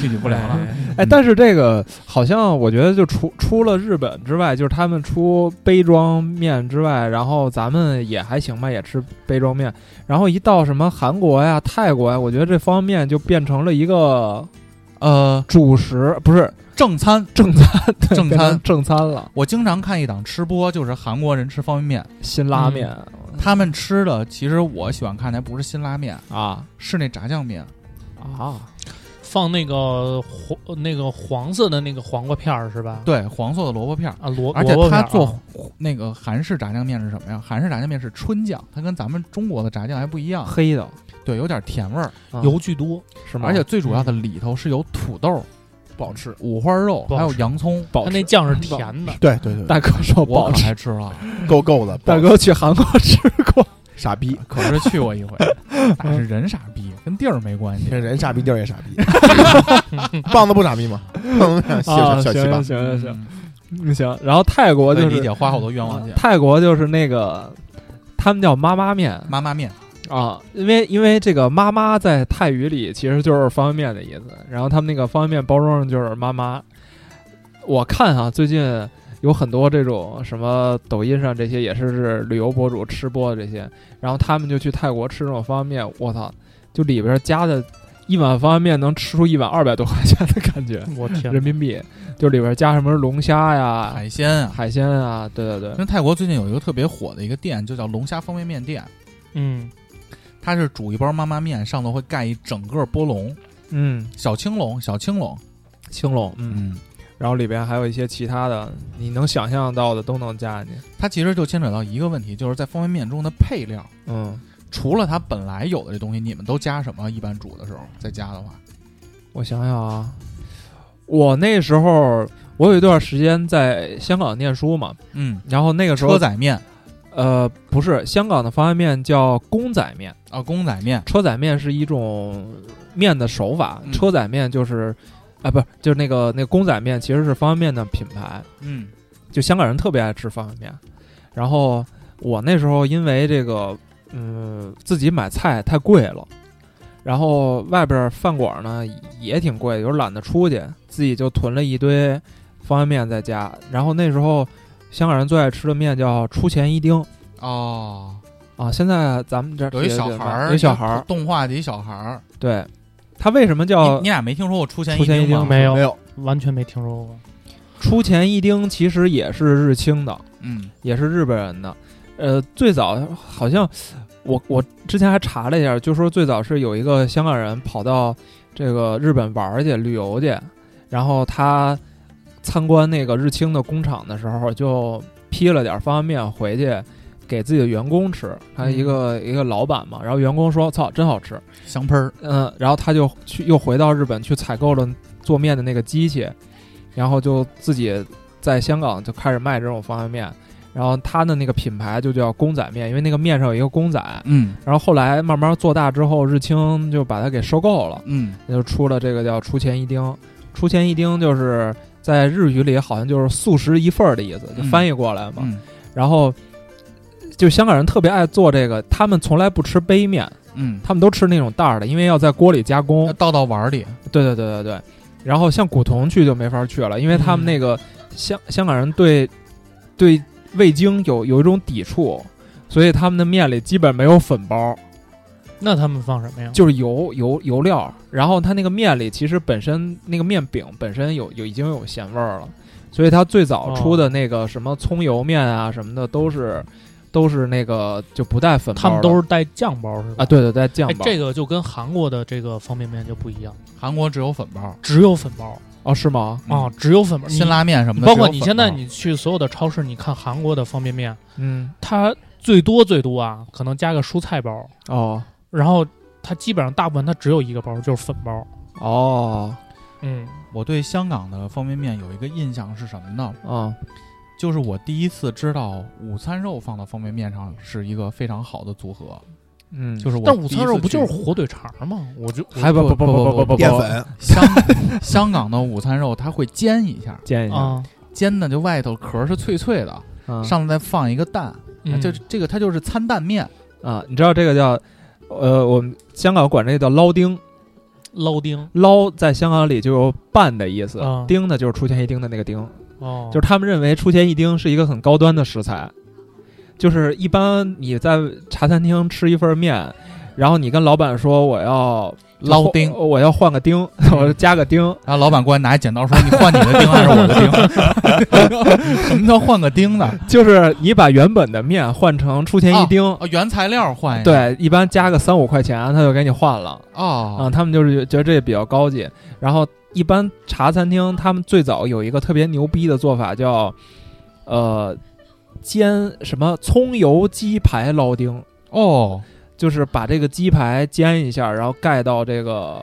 具体不聊了。哎，但是这个好像我觉得，就除除了日本之外，就是他们出杯装面之外，然后咱们也还行吧，也吃杯装面。然后一到什么韩国呀、泰国呀，我觉得这方面就变成了一个呃，主食，不是正餐， 正 餐，对正餐变成正餐了，我经常看一档吃播，就是韩国人吃方便面，辛拉面、他们吃的其实我喜欢看的还不是辛拉面，啊是那炸酱面。啊，放那个黄那个黄色的那个黄瓜片儿是吧？对，黄色的萝卜片儿。啊，萝而且萝卜他片儿做啊那个韩式炸酱面是什么呀？韩式炸酱面是春酱，它跟咱们中国的炸酱还不 一样，啊黑的对，有点甜味儿，啊油巨多，是吗？而且最主要的里头是有土豆、不好吃。五花肉，不好还有吃洋葱。保它那酱是甜的， 对对对，大哥说不我好可吃，还吃了，够够的，大哥去韩国吃过，傻逼，可是去过一回，那是人傻逼，跟地儿没 关系。人傻逼，地儿也傻 逼。棒子不傻逼 吗？棒子啊，小 行小七行吧，行行行嗯，行，然后泰国我就得是啊理解花好多冤枉钱。泰国就是那个，他们叫妈妈面妈妈面，啊，因为因为这个妈妈在泰语里其实就是方便面的意思，然后他们那个方便面包装上就是妈妈。我看啊，最近有很多这种什么抖音上这些也是是旅游博主吃播的这些，然后他们就去泰国吃这种方便面，我操，就里边加的一碗方便面能吃出一碗二百多块钱的感觉，我天， 人民币，就里边加什么龙虾呀、海鲜啊。海鲜啊，对对对因，为泰国最近有一个特别火的一个店，就叫龙虾方便面店，嗯，它是煮一包妈妈面，上头会盖一整个波龙，嗯。小青龙，小青龙。青龙，嗯，嗯，然后里边还有一些其他的，你能想象到的都能加进去，它其实就牵扯到一个问题，就是在方便面中的配料，嗯，除了它本来有的这东西，你们都加什么？一般煮的时候再加的话，我想想啊，我那时候我有一段时间在香港念书嘛，嗯，然后那个时车候仔面呃不是香港的方便面叫公仔面，啊，公仔面，车仔面是一种面的手法，嗯车仔面就是啊不是就是那个那个公仔面其实是方便面的品牌，嗯，就香港人特别爱吃方便面，然后我那时候因为这个，嗯，自己买菜太贵了，然后外边饭馆呢也挺贵，有时候懒得出去，自己就囤了一堆方便面在家。然后那时候香港人最爱吃的面叫出前一丁哦，啊，现在咱们这儿有一也小也孩儿，有一小孩儿，动画的一小孩儿，对，他为什么你叫你俩没听说过出现出现一丁吗？丁没有没有完全没听说过，出前一丁？其实也是日清的，嗯，也是日本人的。呃，最早好像我我之前还查了一下，就说最早是有一个香港人跑到这个日本玩儿去旅游去，然后他参观那个日清的工厂的时候，就批了点方便面回去给自己的员工吃。他一个、一个老板嘛，然后员工说：“操，真好吃。”香喷儿，嗯，然后他就去又回到日本去采购了做面的那个机器，然后就自己在香港就开始卖这种方便面，然后他的那个品牌就叫公仔面，因为那个面上有一个公仔，嗯然后后来慢慢做大之后，日清就把它给收购了，嗯，那就出了这个叫出前一丁，出前一丁就是在日语里好像就是素食一份儿的意思，就翻译过来嘛，嗯然后。就香港人特别爱做这个，他们从来不吃杯面，嗯，他们都吃那种袋儿的，因为要在锅里加工要。倒到碗儿里，对对对对对。然后像古潼去就没法去了，因为他嗯们那个香、香港人对对味精有有一种抵触，所以他们的面里基本没有粉包，那他们放什么呀？就是油油油料。然后它那个面里其实本身那个面饼本身有有已经有咸味儿了，所以它最早出哦的那个什么葱油面啊什么的都是都是那个就不带粉包的，他们都是带酱包是吧？啊对对带酱哎，包、这个就跟韩国的这个方便面就不一样，韩国只有粉包只有粉包哦是吗？啊，只有粉包。辛拉面什你么的，包括只有你粉现在包你去所有的超市，你看韩国的方便面，嗯它最多最多啊，可能加个蔬菜包，哦然后它基本上大部分它只有一个包，就是粉包。哦嗯，我对香港的方便面有一个印象是什么呢？嗯就是我第一次知道午餐肉放到方便面上是一个非常好的组 合，嗯，就是我但午餐肉第不一次去就是火腿肠吗？我就还不不不不不不淀粉，香香港的午餐肉，它会煎一下，煎一下，啊，煎的就外头壳是脆脆的，嗯上头再放一个蛋，嗯就这个它就是餐蛋面，啊，你知道这个叫呃，我们香港管这个叫捞丁，捞丁捞在香港里就有拌的意思啊，丁呢就是出钱一丁的那个丁，哦，就是他们认为出钱一丁是一个很高端的食材，就是一般你在茶餐厅吃一份面，然后你跟老板说我要捞嗯丁我我要换个丁， 我加个丁，然后老板过来拿一剪刀说：“你换你的钉还是我的钉？”什么叫换个钉呢？就是你把原本的面换成出钱一丁，哦，原材料换一下对，一般加个三五块钱，他就给你换了。啊、哦，他们就是觉得这比较高级。然后一般茶餐厅他们最早有一个特别牛逼的做法叫，呃，煎什么葱油鸡排捞丁，哦，就是把这个鸡排煎一下，然后盖到这个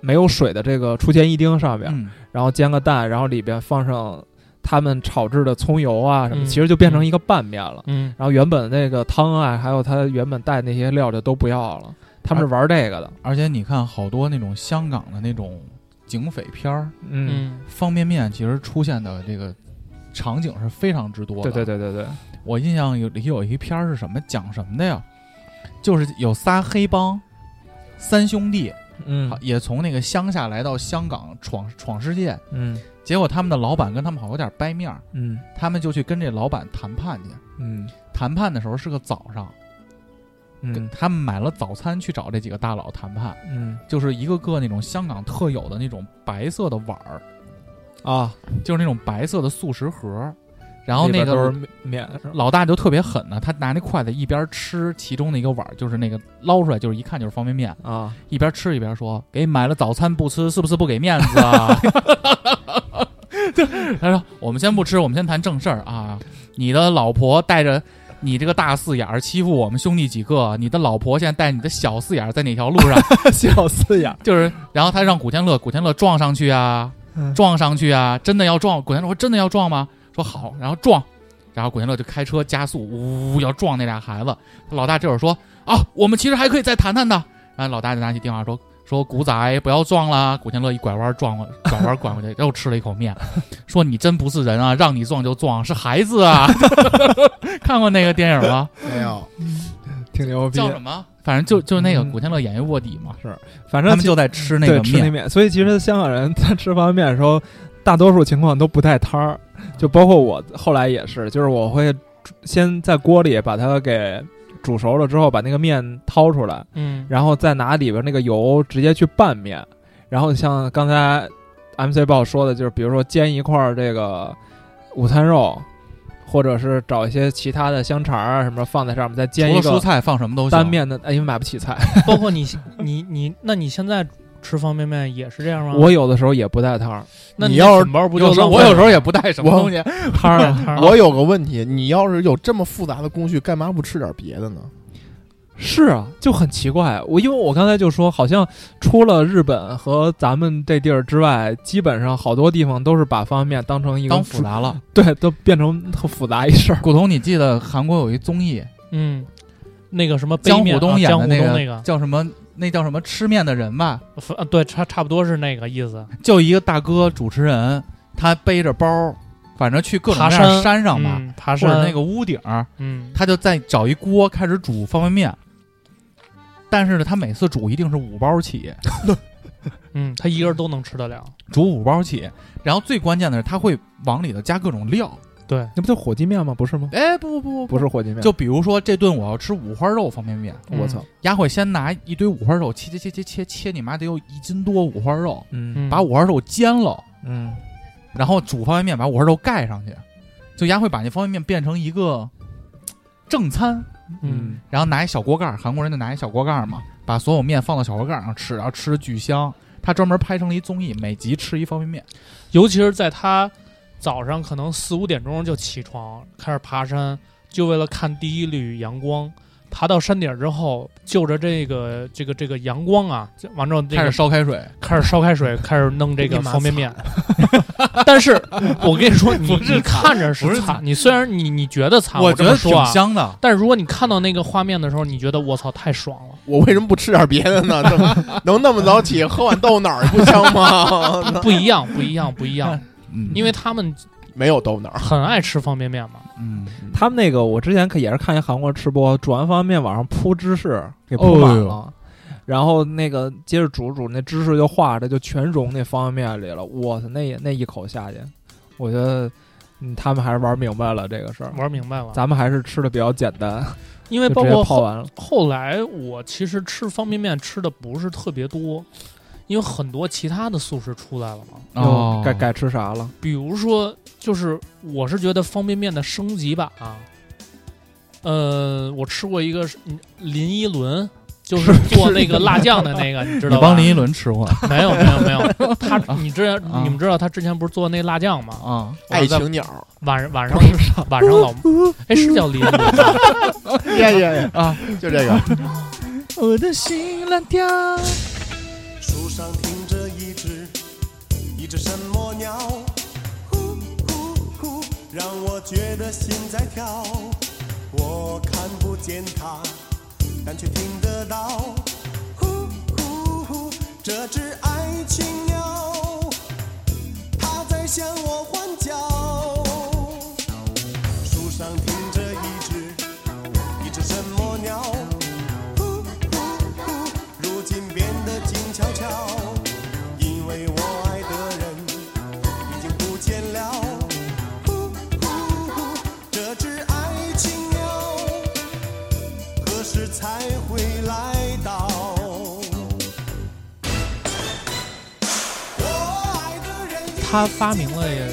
没有水的这个出前一丁上面，嗯，然后煎个蛋，然后里边放上他们炒制的葱油啊什么，嗯其实就变成一个拌面了。嗯，然后原本那个汤啊，还有它原本带那些料就都不要了，他们是玩这个的。而且你看好多那种香港的那种警匪片儿，嗯，嗯方便面其实出现的这个场景是非常之多的。对对对对对。我印象有里有一篇儿是什么讲什么的呀？就是有仨黑帮，三兄弟、嗯好也从那个乡下来到香港闯闯世界，嗯结果他们的老板跟他们好像有点掰面儿，嗯他们就去跟这老板谈判去。嗯谈判的时候是个早上，跟嗯他们买了早餐去找这几个大佬谈判，嗯就是一个个那种香港特有的那种白色的碗儿，啊，就是那种白色的素食盒儿，然后那里边都个是免是吧老大就特别狠呢，他拿那筷子一边吃其中的一个碗儿，就是那个捞出来就是一看就是方便面，啊，一边吃一边说：“给你买了早餐不吃，是不是不给面子 啊？”就他说：“我们先不吃，我们先谈正事儿啊。你的老婆带着你这个大四眼儿欺负我们兄弟几个，你的老婆现在带你的小四眼儿在哪条路上？小四眼，就是，然后他让古天乐，古天乐撞上去啊，嗯撞上去啊，真的要撞。古天乐说真的要撞吗？说好，然后撞，然后古天乐就开车加速，呜呜呜要撞那俩孩子。老大这会儿说啊，我们其实还可以再谈谈的。然后老大就拿起电话说说古仔不要撞啦。古天乐一拐弯撞过，拐弯拐过去， 又吃了一口面，说你真不是人啊，让你撞就撞，是孩子 啊。 看过那个电影吗？没有， 挺牛逼叫。什么？反正就就那个嗯古天乐演一卧底嘛，反他正们其就在吃那对个吃那面。面，所以其实香港人 他吃方便面的时候，大多数情况都不带汤儿，就包括我后来也是，就是我会煮先在锅里把它给煮熟了之后，把那个面掏出来，嗯然后再拿里边那个油直接去拌面。然后像刚才 MC 豹说的，就是比如说煎一块儿这个午餐肉，或者是找一些其他的香肠啊什么放在上面，再煎除一了蔬个菜放什么都行。单面的，哎，因为买不起菜，包括你你你，那你现在吃方便面也是这啊样吗？ 我有的时候也不带汤儿，那你的要是粉包不就有时候浪我费有了时候也不带什么东西，汤儿啊我有个问题，你要是有这么复杂的工序，干嘛不吃点别的呢？是啊，就很奇怪。我因为我刚才就说，好像除了日本和咱们这地儿之外，基本上好多地方都是把方便面当成一个当复主，杂了。对，都变成特复杂一事儿。 古潼，你记得韩国有一综艺，嗯，那个什么杯江面虎东啊演江的虎那东个，那个叫什么？那叫什么吃面的人吧？粉啊，对，差差不多是那个意思。就一个大哥主持人，他背着包，反正去各种爬各样的山山上吧，嗯，爬或山者那个屋顶儿，嗯，他就再找一锅开始煮方便面。但是呢，他每次煮一定是五包起，嗯，他一个人都能吃得了。煮五包起。然后最关键的是，他会往里头加各种料。对，那不就火鸡面吗？不是吗？哎，不不不不是火鸡面，就比如说这顿我要吃五花肉方便面，嗯我操，丫会先拿一堆五花肉切切切切切切，你妈得有一斤多五花肉，嗯嗯，把五花肉煎了，嗯然后煮方便面，把五花肉盖上去，就丫会把那方便面变成一个正餐，嗯，然后拿一小锅盖儿，韩国人就拿一小锅盖儿嘛，把所有面放到小锅盖儿上吃，然后吃的巨香。他专门拍成了一综艺，每集吃一方便面。尤其是在他早上可能四五点钟就起床开始爬山，就为了看第一缕阳光。爬到山顶之后，就着这个这个这个阳光啊，就完之后这开个始烧开水，开始烧开水，开始弄这你个妈方便面。但是我跟你说， 你不是你看着不是是惨，你虽然你你觉得惨，我这觉得么挺说啊，香的。但是如果你看到那个画面的时候，你觉得我操太爽了，我为什么不吃点别的呢？ 怎么能那么早起喝碗豆脑儿不香哦吗？ 啊不一样，不一样，不一样，嗯，因为他们没有豆脑儿，很爱吃方便面嘛。嗯，他们那个我之前可也是看一韩国吃播，煮完方便面往上铺芝士，给铺哦满呦了。然后那个接着煮煮，那芝士就化着，就全融那方便面里了。我操，那那一口下去，我觉得，嗯，他们还是玩明白了这个事儿。玩明白 了，咱们还是吃的比较简单，因为就包直括接泡后完了。后来我其实吃方便面吃的不是特别多，因为很多其他的素食出来了嘛。哦又，该该吃啥了？比如说，就是我是觉得方便面的升级版啊，呃，我吃过一个是嗯林依轮，就是做那个辣酱的那个，你知你道吧？帮林依轮 吃过没有没有没 有，他你之前啊你们知道他之前不是做那辣酱吗？啊？爱情鸟。晚上 晚上晚上老哎是叫林依轮吧， 呀呀 呀！啊，就这个，我的心乱跳。树上停着一只一只什么鸟，呼呼呼，让我觉得心在跳。我看不见它，但却听得到，呼呼呼，这只爱情鸟，它在向我欢叫。树上停着一只一只什么鸟，呼呼呼，如今变得静悄悄，因为我爱的人已经不见了，呼呼呼，这只爱情鸟何时才会来到？我爱的人已他发明了也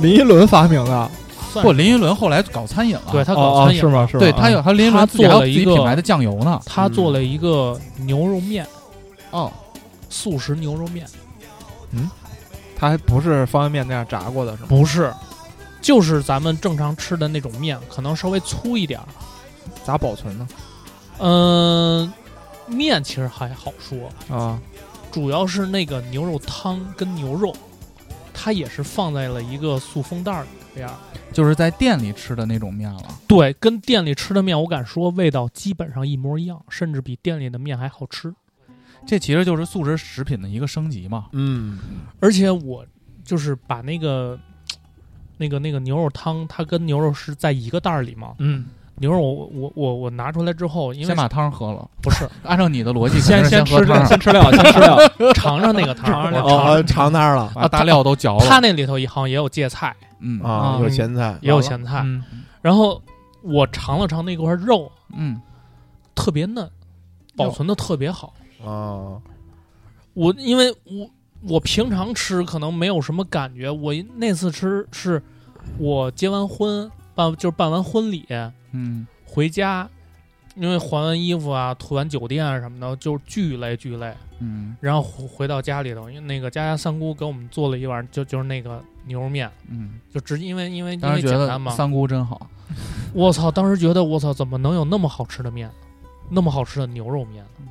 林依轮发明的，算不，林依轮后来搞餐饮了，对他哦搞哦餐饮是吗？是吗？对他啊有，还有林依他轮自己还有做了自己一个品牌的酱油呢。他做了一个牛肉面，哦，素食牛肉面他还不是方便面那样炸过的是吗？不是，就是咱们正常吃的那种面，可能稍微粗一点儿。咋保存呢？嗯、面其实还好说，啊，主要是那个牛肉汤跟牛肉，它也是放在了一个塑封袋儿里边儿。就是在店里吃的那种面了。对，跟店里吃的面，我敢说味道基本上一模一样，甚至比店里的面还好吃。这其实就是素食食品的一个升级嘛。嗯，而且我就是把那个那个那个牛肉汤，它跟牛肉是在一个袋儿里嘛。嗯，牛肉我我我我拿出来之后，因为先把汤喝了，不 是按照你的逻辑，先肯定先吃是先喝料，汤，先吃料，先吃料。 尝尝那个汤， 尝尝那个哦，汤哦尝那儿了把大料都嚼它了。那里头也好像也有芥菜，嗯啊，有咸菜，也有咸菜。嗯，然后我尝了尝那块肉，嗯，特别嫩，保存的特别好。啊，我因为我我平常吃可能没有什么感觉，我那次吃是我结完婚办就是办完婚礼嗯，回家，因为还完衣服啊、吐完酒店啊什么的，就巨累巨累。嗯，然后回回到家里头，因为那个家家三姑给我们做了一碗，就就是那个牛肉面，嗯，就直因为因为因当为时觉简得单嘛。三姑真好。我操！当时觉得我操，怎么能有那么好吃的面，那么好吃的牛肉面呢？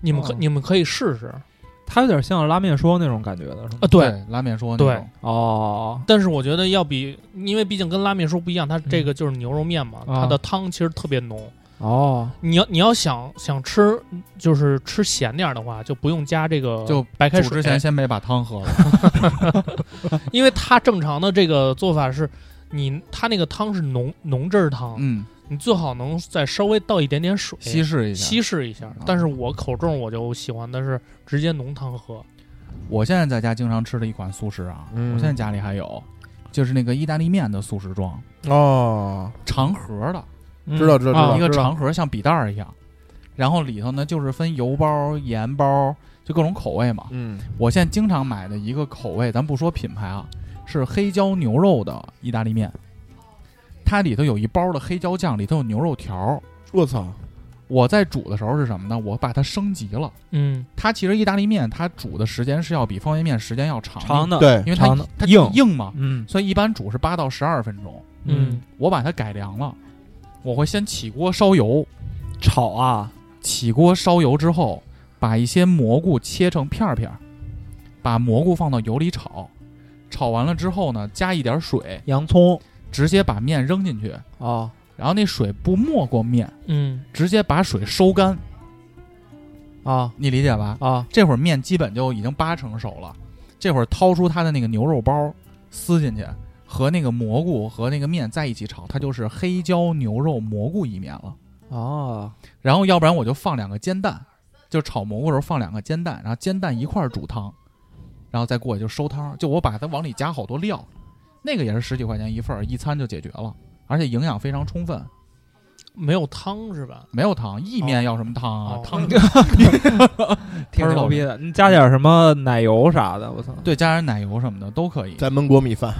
你们可、嗯哦你们可以试试啊！它有点像拉面说那种感觉的是吗？对，，拉面说那对种哦，但是我觉得要比，因为毕竟跟拉面说不一样，它嗯这个就是牛肉面嘛，啊它的汤其实特别浓。哦，你要你要想想吃，就是吃咸点儿的话，就不用加这个就呃白开煮水之前，先没把汤喝了。因为它正常的这个做法是，你它那个汤是浓浓汁儿汤，嗯，你最好能再稍微倒一点点水稀释一下。哎稀释一下。但是我口重，我就喜欢的是直接浓汤喝。我现在在家经常吃的一款素食啊，嗯我现在家里还有，就是那个意大利面的素食装，哦，长盒的，知道知道知一道个知道长盒像笔袋儿一样，然后里头呢就是分油包、盐包，就各种口味嘛。嗯，我现在经常买的一个口味，咱不说品牌啊，是黑椒牛肉的意大利面，它里头有一包的黑椒酱，里头有牛肉条儿。我操，我在煮的时候是什么呢？我把它升级了。嗯，它其实意大利面它煮的时间是要比方便面时间要长，长，的，，对，因为它长的它硬硬嘛，嗯所以一般煮是八到十二分钟。嗯我把它改良了，我会先起锅烧油，炒啊，起锅烧油之后，把一些蘑菇切成片儿片儿，把蘑菇放到油里炒，炒完了之后呢，加一点水，洋葱直接把面扔进去，啊，然后那水不没过面，嗯直接把水收干，啊你理解吧？啊，这会儿面基本就已经八成熟了，这会儿掏出它的那个牛肉包撕进去，和那个蘑菇和那个面在一起炒，它就是黑椒牛肉蘑菇意面了。哦，然后要不然我就放两个煎蛋，就炒蘑菇的时候放两个煎蛋，然后煎蛋一块儿煮汤，然后再过去就收汤。就我把它往里加好多料，那个也是十几块钱一份儿，一餐就解决了，而且营养非常充分，没有汤是吧？没有汤，意面要什么汤啊？哦 汤 挺喷儿牛了逼的，你加点什么奶油啥的，我操，对，加点奶油什么的都可以。再焖锅米饭，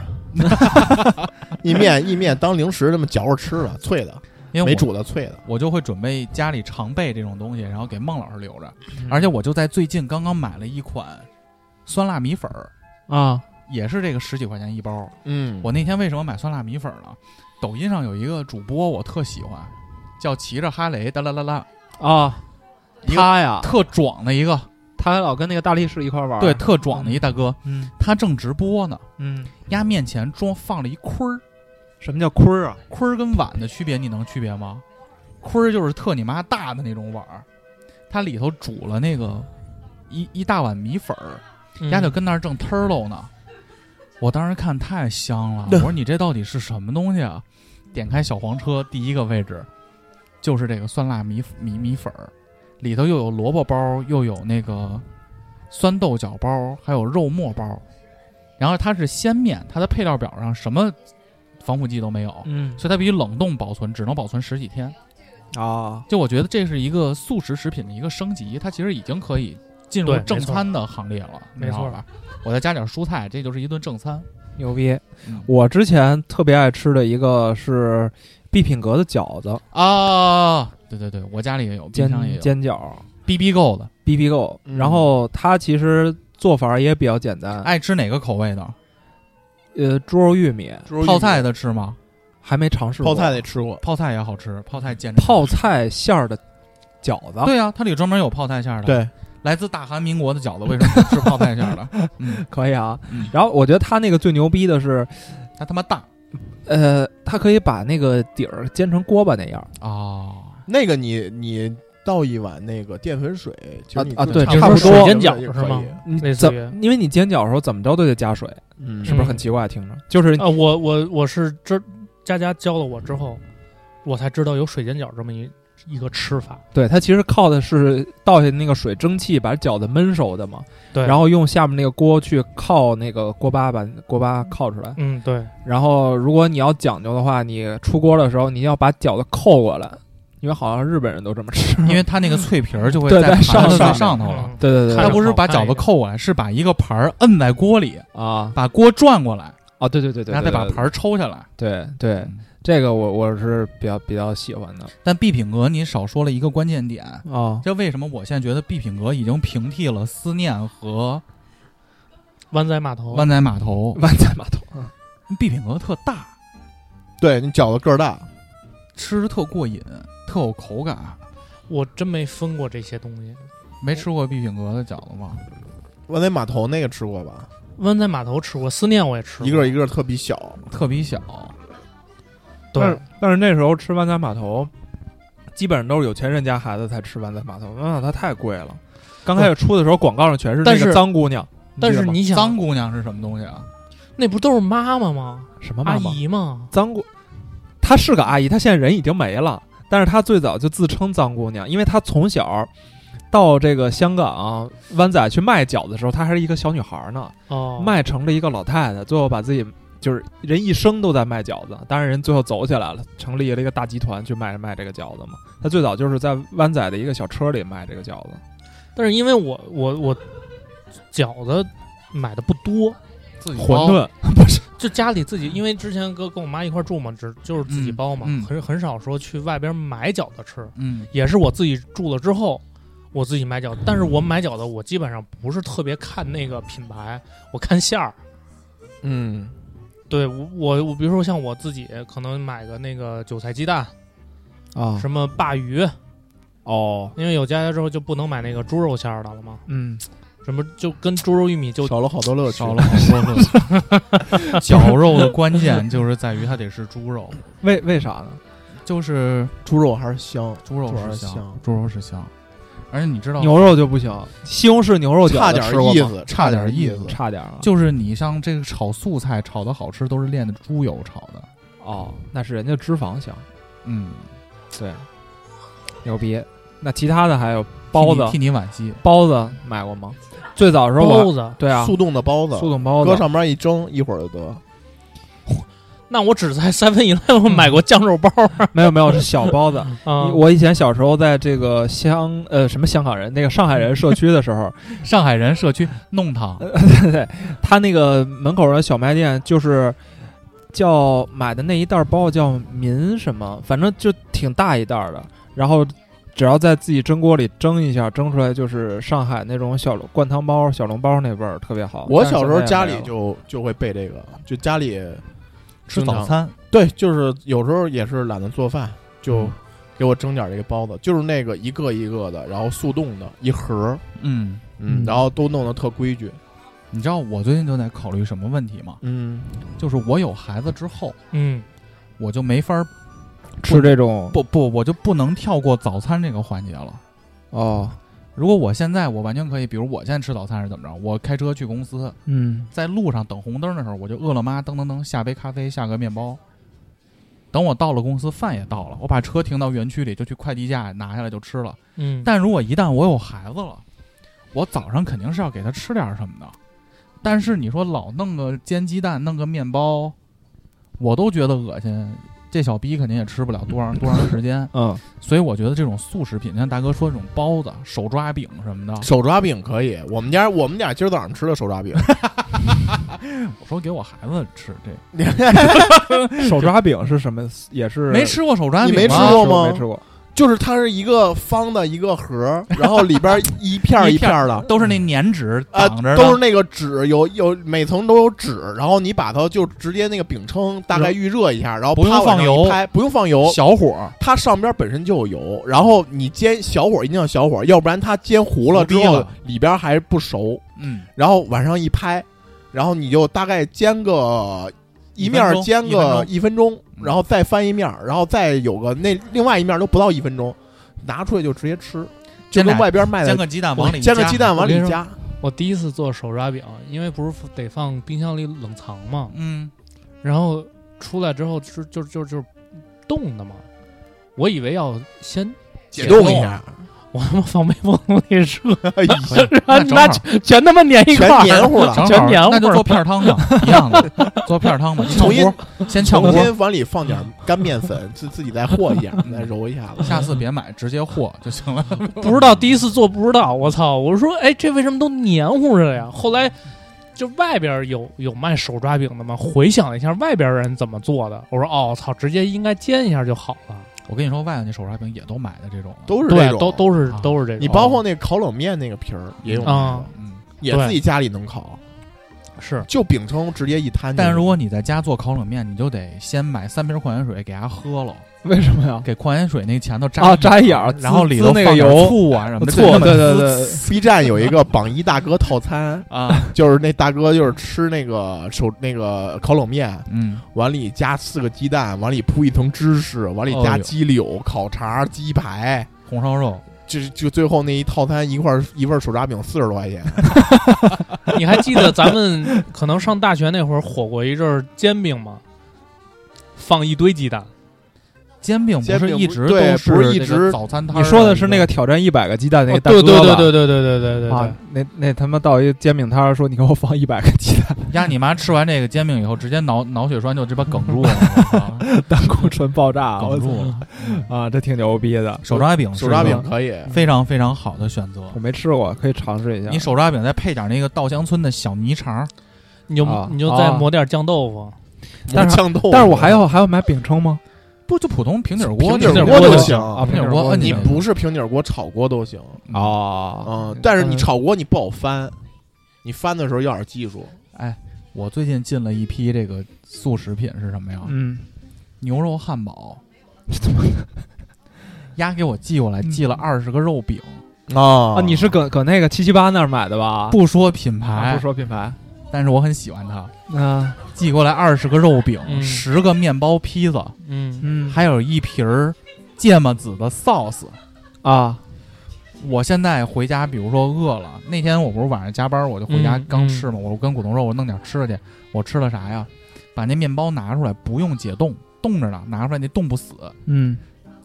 意面意面当零食那么嚼着吃了，脆的，因为没我煮的脆的。我就会准备家里常备这种东西，然后给孟老师留着。嗯而且我就在最近刚刚买了一款酸辣米粉儿，啊，也是这个十几块钱一包。嗯我那天为什么买酸辣米粉儿呢？抖音上有一个主播我特喜欢，叫骑着哈雷哒啦啦啦，啊，一个他呀，特壮的一个，他还老跟那个大力士一块啊玩儿。对，特壮的一大哥，嗯他正直播呢，嗯，压面前装放了一坤儿，什么叫坤儿啊？坤儿跟碗的区别你能区别吗？坤儿就是特你妈大的那种碗儿，它里头煮了那个一一大碗米粉儿，嗯丫就跟那儿正 t u r l 呢。我当时看太香了，我说你这到底是什么东西啊？点开小黄车第一个位置，就是这个酸辣米米米粉儿，里头又有萝卜包，又有那个酸豆角包，还有肉末包。然后它是鲜面，它的配料表上什么防腐剂都没有，嗯所以它必须冷冻保存，只能保存十几天。啊，就我觉得这是一个速食食品的一个升级，它其实已经可以进入对正餐的行列了，没错你知道吧？我再加点蔬菜，这就是一顿正餐。牛逼！嗯我之前特别爱吃的一个是必品阁的饺子，啊，对对对，我家里也有，冰煎箱也有煎饺，B B 够的， B B 购，嗯然后它其实做法也比较简单，爱吃哪个口味的？呃，猪肉玉米泡菜的吃吗？还没尝试过，泡菜得吃过，泡菜也好吃，泡菜煎着泡菜馅儿的饺子，对啊，它里专门有泡菜馅儿的。，对，来自大韩民国的饺子为什么不吃泡菜馅儿的？嗯，可以啊嗯。然后我觉得它那个最牛逼的是，它他妈大呃，它可以把那个底儿煎成锅巴那样儿哦，那个你你倒一碗那个淀粉水，其实你啊啊就对差这不是多水煎饺也是吗可以你类似怎于因为你煎饺的时候怎么着都得加水，嗯，是不是很奇怪？听着就是啊，我我我是这佳佳教了我之后，我才知道有水煎饺这么一一个吃法。对它其实靠的是倒下那个水蒸气把饺子焖熟的嘛，对，然后用下面那个锅去靠那个锅巴，把锅巴靠出来。嗯，对，然后如果你要讲究的话，你出锅的时候你要把饺子扣过来，因为好像日本人都这么吃。因为它那个脆皮儿就会对在在上盘子最上上头了。嗯对对对他看着对不是好把看饺一子点扣过来，是把一个盘儿摁在锅里，啊把锅转过来，啊对对对对，然后再把对盘儿抽下来。对对嗯这个我我是比较比较喜 欢的但必品阁你少说了一个关键点，啊这为什么我现在觉得必品阁已经平替了思念和湾仔码哦头，湾仔码头？万载码头啊必品阁特大，对你饺子个儿大，吃着特过瘾，特有口感。我真没分过这些东西。没吃过必品阁的饺子吗？湾仔码头那个吃过吧？湾仔码头吃过，思念我也吃过，一个一个特别小，特别小，对但是但是那时候吃万载码头，基本上都是有钱人家孩子才吃万载码头，万载它太贵了。刚开始出的时候，广告上全是但那个是脏姑娘，但记是得吗你想，脏姑娘是什么东西啊？那不都是妈妈吗？什么阿妈妈姨吗？脏姑，她是个阿姨，她现在人已经没了，但是她最早就自称脏姑娘，因为她从小到这个香港湾仔去卖饺子的时候，她还是一个小女孩呢，哦，卖成了一个老太太，最后把自己就是人一生都在卖饺子，当然人最后走起来了，成立了一个大集团去卖卖这个饺子嘛。她最早就是在湾仔的一个小车里卖这个饺子，但是因为我我我饺子买的不多，自己馄包饨就家里自己，因为之前跟跟我妈一块儿住嘛，只就是自己嗯包嘛，嗯很很少说去外边买饺子吃， 嗯，也是我自己住了之后。我自己买饺子，但是我买饺子，我基本上不是特别看那个品牌，我看馅儿。嗯，对我，我比如说像我自己可能买个那个韭菜鸡蛋，啊，什么鲅鱼，哦，因为有家家之后就不能买那个猪肉馅儿的了嘛，嗯，什么就跟猪肉玉米就少了好多乐趣，少了好多乐趣。绞肉的关键就是在于它得是猪肉， 为为啥呢？就是猪肉还是香，猪肉猪肉是是香香，猪肉是香。而且你知道，牛肉就不行，西红柿牛肉饺子差点吃过意吗，思，差点意思。差点儿啊就是你像这个炒素菜炒的好吃，都是炼的猪油炒的。哦，那是人家脂肪香，嗯，对，牛逼。那其他的还有包替子，你替你惋 惜。包子买过吗？最早的时候包我，子。对啊，速冻的包子，速冻包搁子，上面一蒸，一会儿就得。那我只在 seven eleven 买过酱肉包啊没有没有是小包子。啊，我以前小时候在这个香呃什么香港人那个上海人社区的时候，上海人社区弄堂，他那个门口的小卖店就是叫买的那一袋包叫民什么，反正就挺大一袋儿的，然后。只要在自己蒸锅里蒸一下，蒸出来就是上海那种小灌汤包、小笼包那味儿，特别好。我哦但是小时候现在家也没里有就就会备这个，就家里吃经早常餐，对，就是有时候也是懒得做饭，就嗯给我蒸点这个包子，就是那个一个一个的，然后速冻的一盒，嗯，嗯然后都弄得特规矩，你知道我最近就在考虑什么问题吗？嗯，就是我有孩子之后，嗯，我就没法儿吃这种不不，我就不能跳过早餐这个环节了。哦，如果我现在我完全可以，比如我现在吃早餐是怎么着？我开车去公司，嗯，在路上等红灯的时候，我就饿了么噔噔噔下杯咖啡，下个面包。等我到了公司，饭也到了，我把车停到园区里，就去快递架拿下来就吃了。嗯，但如果一旦我有孩子了，我早上肯定是要给他吃点什么的。但是你说老弄个煎鸡蛋，弄个面包，我都觉得恶心。这小逼肯定也吃不了多长多长时间。嗯，所以我觉得这种速食品，像大哥说这种包子、手抓饼什么的，手抓饼可以。我们家我们俩今儿早上吃的手抓饼，我说给我孩子吃这，手抓饼是什么？也是没吃过手抓饼你吗？没吃啊过是我吗没吃过。就是它是一个方的一个盒，然后里边一片儿一片儿的。都是那粘纸啊、挡着的，都是那个纸，有有每层都有纸，然后你把它就直接那个饼铛大概预热一下，然后不用啪往放上一油拍，不用放油，小火，它上边本身就有油，然后你煎小火一定要小火，要不然它煎糊了之糊逼后了里边还不熟，嗯，然后晚上一拍，然后你就大概煎个一面儿煎个一分钟，嗯然后再翻一面儿，然后再有个那另外一面都不到一分钟，拿出来就直接吃，就煎跟俩外边卖煎的个鸡蛋往里哎煎个加鸡蛋我往跟你里说加，我第一次做手抓饼，因为不是得放冰箱里冷藏嘛， 嗯，然后出来之后就就就就是冻的嘛，我以为要先，解冻一下，我他妈放微波炉里热，哎呀可以那啊然正后好全全他妈粘一块全儿，黏糊了。 正全好黏糊那就了做片儿汤 吧，一样的，做片儿汤吧，重新炝锅，先炝重锅，新往里放点干面粉，自自己再和一下，再揉一下子。 下次别买，直接和就行了。不知道第一次做不知道，我操！我说哎，这为什么都黏糊着呀？后来就外边有有卖手抓饼的吗？回想了一下外边人怎么做的，我说哦，操，直接应该煎一下就好了。我跟你说，外头那手抓饼也都买的这种的，都是这对，种都都是啊都是这种。你包括那烤冷面那个皮儿也有啊嗯。也对自己家里能烤，是就饼铛直接一摊就行。但如果你在家做烤冷面，你就得先买三瓶矿泉水给它喝了。为什么呀？给矿泉水那前头扎啊，扎一眼儿，然后里滋头滋那放个点油，醋啊什么的，醋就那么对对对，滋 B 站有一个榜一大哥套餐，啊，就是那大哥就是吃那个手那个烤冷面，嗯，碗里加四个鸡蛋，碗里铺一层芝士，碗里哎加呦鸡柳、烤肠、鸡排，红烧肉，就是就最后那一套餐一块儿一份手抓饼四十多块钱，你还记得咱们可能上大学那会儿火过一阵儿煎饼吗？放一堆鸡蛋，煎饼不煎是饼一不直都对不是是一这个直早餐摊你儿一个？说的是那个挑战一百个鸡蛋那个大哦对哥对对吧对对对对对对啊，那那他妈到一煎饼摊儿说你给我放一百个鸡蛋，呀，你妈吃完这个煎饼以后，直接脑脑血栓就这把梗 住了，我操胆固醇爆炸，我梗住操 了。啊，这挺牛逼的。手抓饼， 手抓饼，可以。非常非常好的选择我。没吃过，可以尝试一下。嗯你手抓饼再配点那个稻香村的小泥肠儿，你就啊你就再啊抹点酱豆腐，嗯但是酱豆腐，但是我还要还要买饼铛吗？不就普通平底儿锅？平底儿锅就都行行啊，平底儿锅摁你进去不是平底锅炒锅都行，哦，哦嗯，，但是你炒锅你不好翻，你翻的时候要点技术。哎我最近进了一批这嗯个速食品是什么呀？ 嗯，牛肉汉堡，丫给我寄过来，嗯寄了二十个肉饼，啊啊，你是搁搁那个七七八那儿买的吧？不说品啊牌，不说品牌，但是我很喜欢它。啊，寄过来二十个肉饼，嗯十、个面包坯子，嗯，嗯，还有一瓶儿芥末籽的 sauce。啊，我现在回家，比如说饿了，那天我不是晚上加班，我就回家嗯刚吃嘛，我跟古董肉我弄点吃的去，我吃了啥呀？把那面包拿出来，不用解冻，冻着呢，拿出来那冻不死，嗯，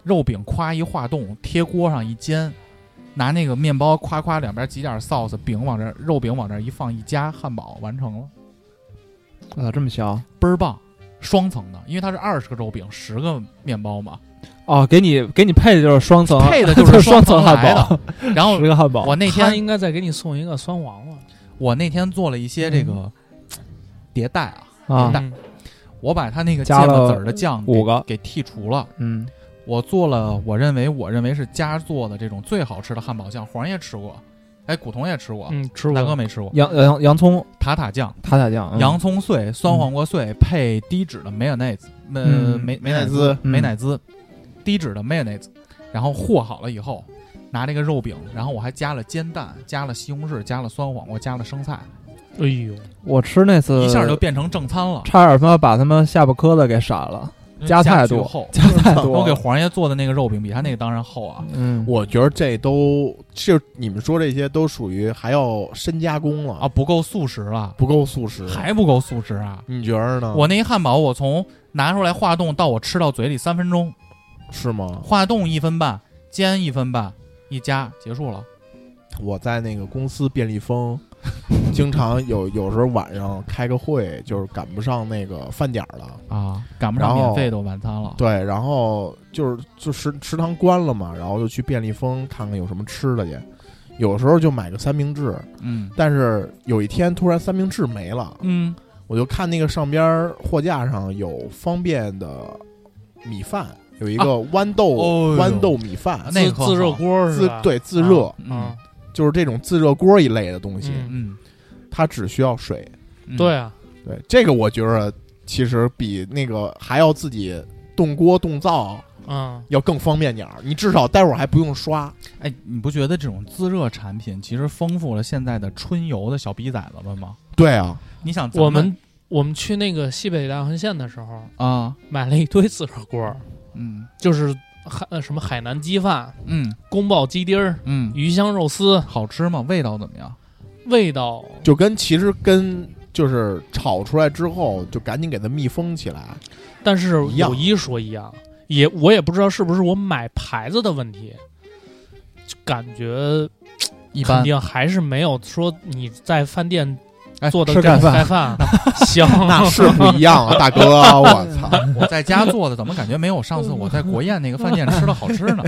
肉饼夸一化冻，贴锅上一煎，拿那个面包夸夸两边挤点 sauce，饼往这肉饼往这一放一夹，汉堡完成了，我啊操，这么香倍儿棒，双层的，因为它是二十个肉饼，十个面包嘛，哦！给你给你配的就是双层， 配的呃就就是双层层汉来的堡，然后十个汉堡。我那他天应该再给你送一个酸黄瓜我那天做了一些这嗯个迭代啊，嗯啊那，我把它那个芥加了末籽儿的酱给五个给剔除了。嗯我做了，我认为我认为是家做的这种最好吃的汉堡酱，黄爷吃过，哎，古潼也吃过，嗯，吃过大哥没吃过。洋洋洋葱塔塔酱、塔塔酱，嗯洋葱碎、酸黄瓜碎配低脂的 mayonnaise，呃，嗯美美美乃乃滋美乃滋，低脂的 mayonnaise，然后和好了以后，拿这个肉饼，然后我还加了煎蛋，加了西红柿，加了酸黄瓜，加了生菜，哎呦，我吃那次一下就变成正餐了。差点他妈把他们下巴磕子给闪 了，加太巨多厚，加太多了，我给黄爷做的那个肉饼比他那个当然厚啊。嗯我觉得这都就你们说这些都属于还要深加工了啊，，不够素食了，不够素食。还不够素食啊！你觉得嗯呢？我那一汉堡，我从拿出来化冻到我吃到嘴里三分钟，是吗？化冻一分半，煎一分半，一夹结束了。我在那个公司便利 蜂，经常有有时候晚上开个会，就是赶不上那个饭点儿了。啊，赶不然上后免费的晚餐了。对，然后就是就食食堂关了嘛，然后就去便利蜂看看有什么吃的去。有时候就买个三明治，嗯但是有一天突然三明治没了，嗯我就看那个上边儿货架上有方便的米饭，有一个豌豆、哦呦豌豆米饭，啊那自个可自热好锅是自吧？对自热、嗯啊，就是这种自热锅一类的东西，嗯嗯，它只需要水。嗯对，啊，对，这个我觉得其实比那个还要自己动锅动灶嗯，要更方便点儿。你至少待会儿还不用刷。哎，你不觉得这种自热产品其实丰富了现在的春游的小逼崽子们吗？对啊，你想咱我们我们去那个西北大横县的时候，啊，买了一堆自热锅，嗯就是海呃什么海南鸡饭、嗯宫爆鸡丁儿、嗯，鱼香肉丝，好吃吗？味道怎么样？味道就跟其实跟就是炒出来之后就赶紧给它密封起来。但是一样有一说一啊，也我也不知道是不是我买牌子的问题，就感觉一肯般。定还是没有说你在饭店哎做的吃盖盖饭 饭香。那 是不一样啊，大哥，我操！我在家做的怎么感觉没有上次我 在国宴那个饭店吃的好吃呢？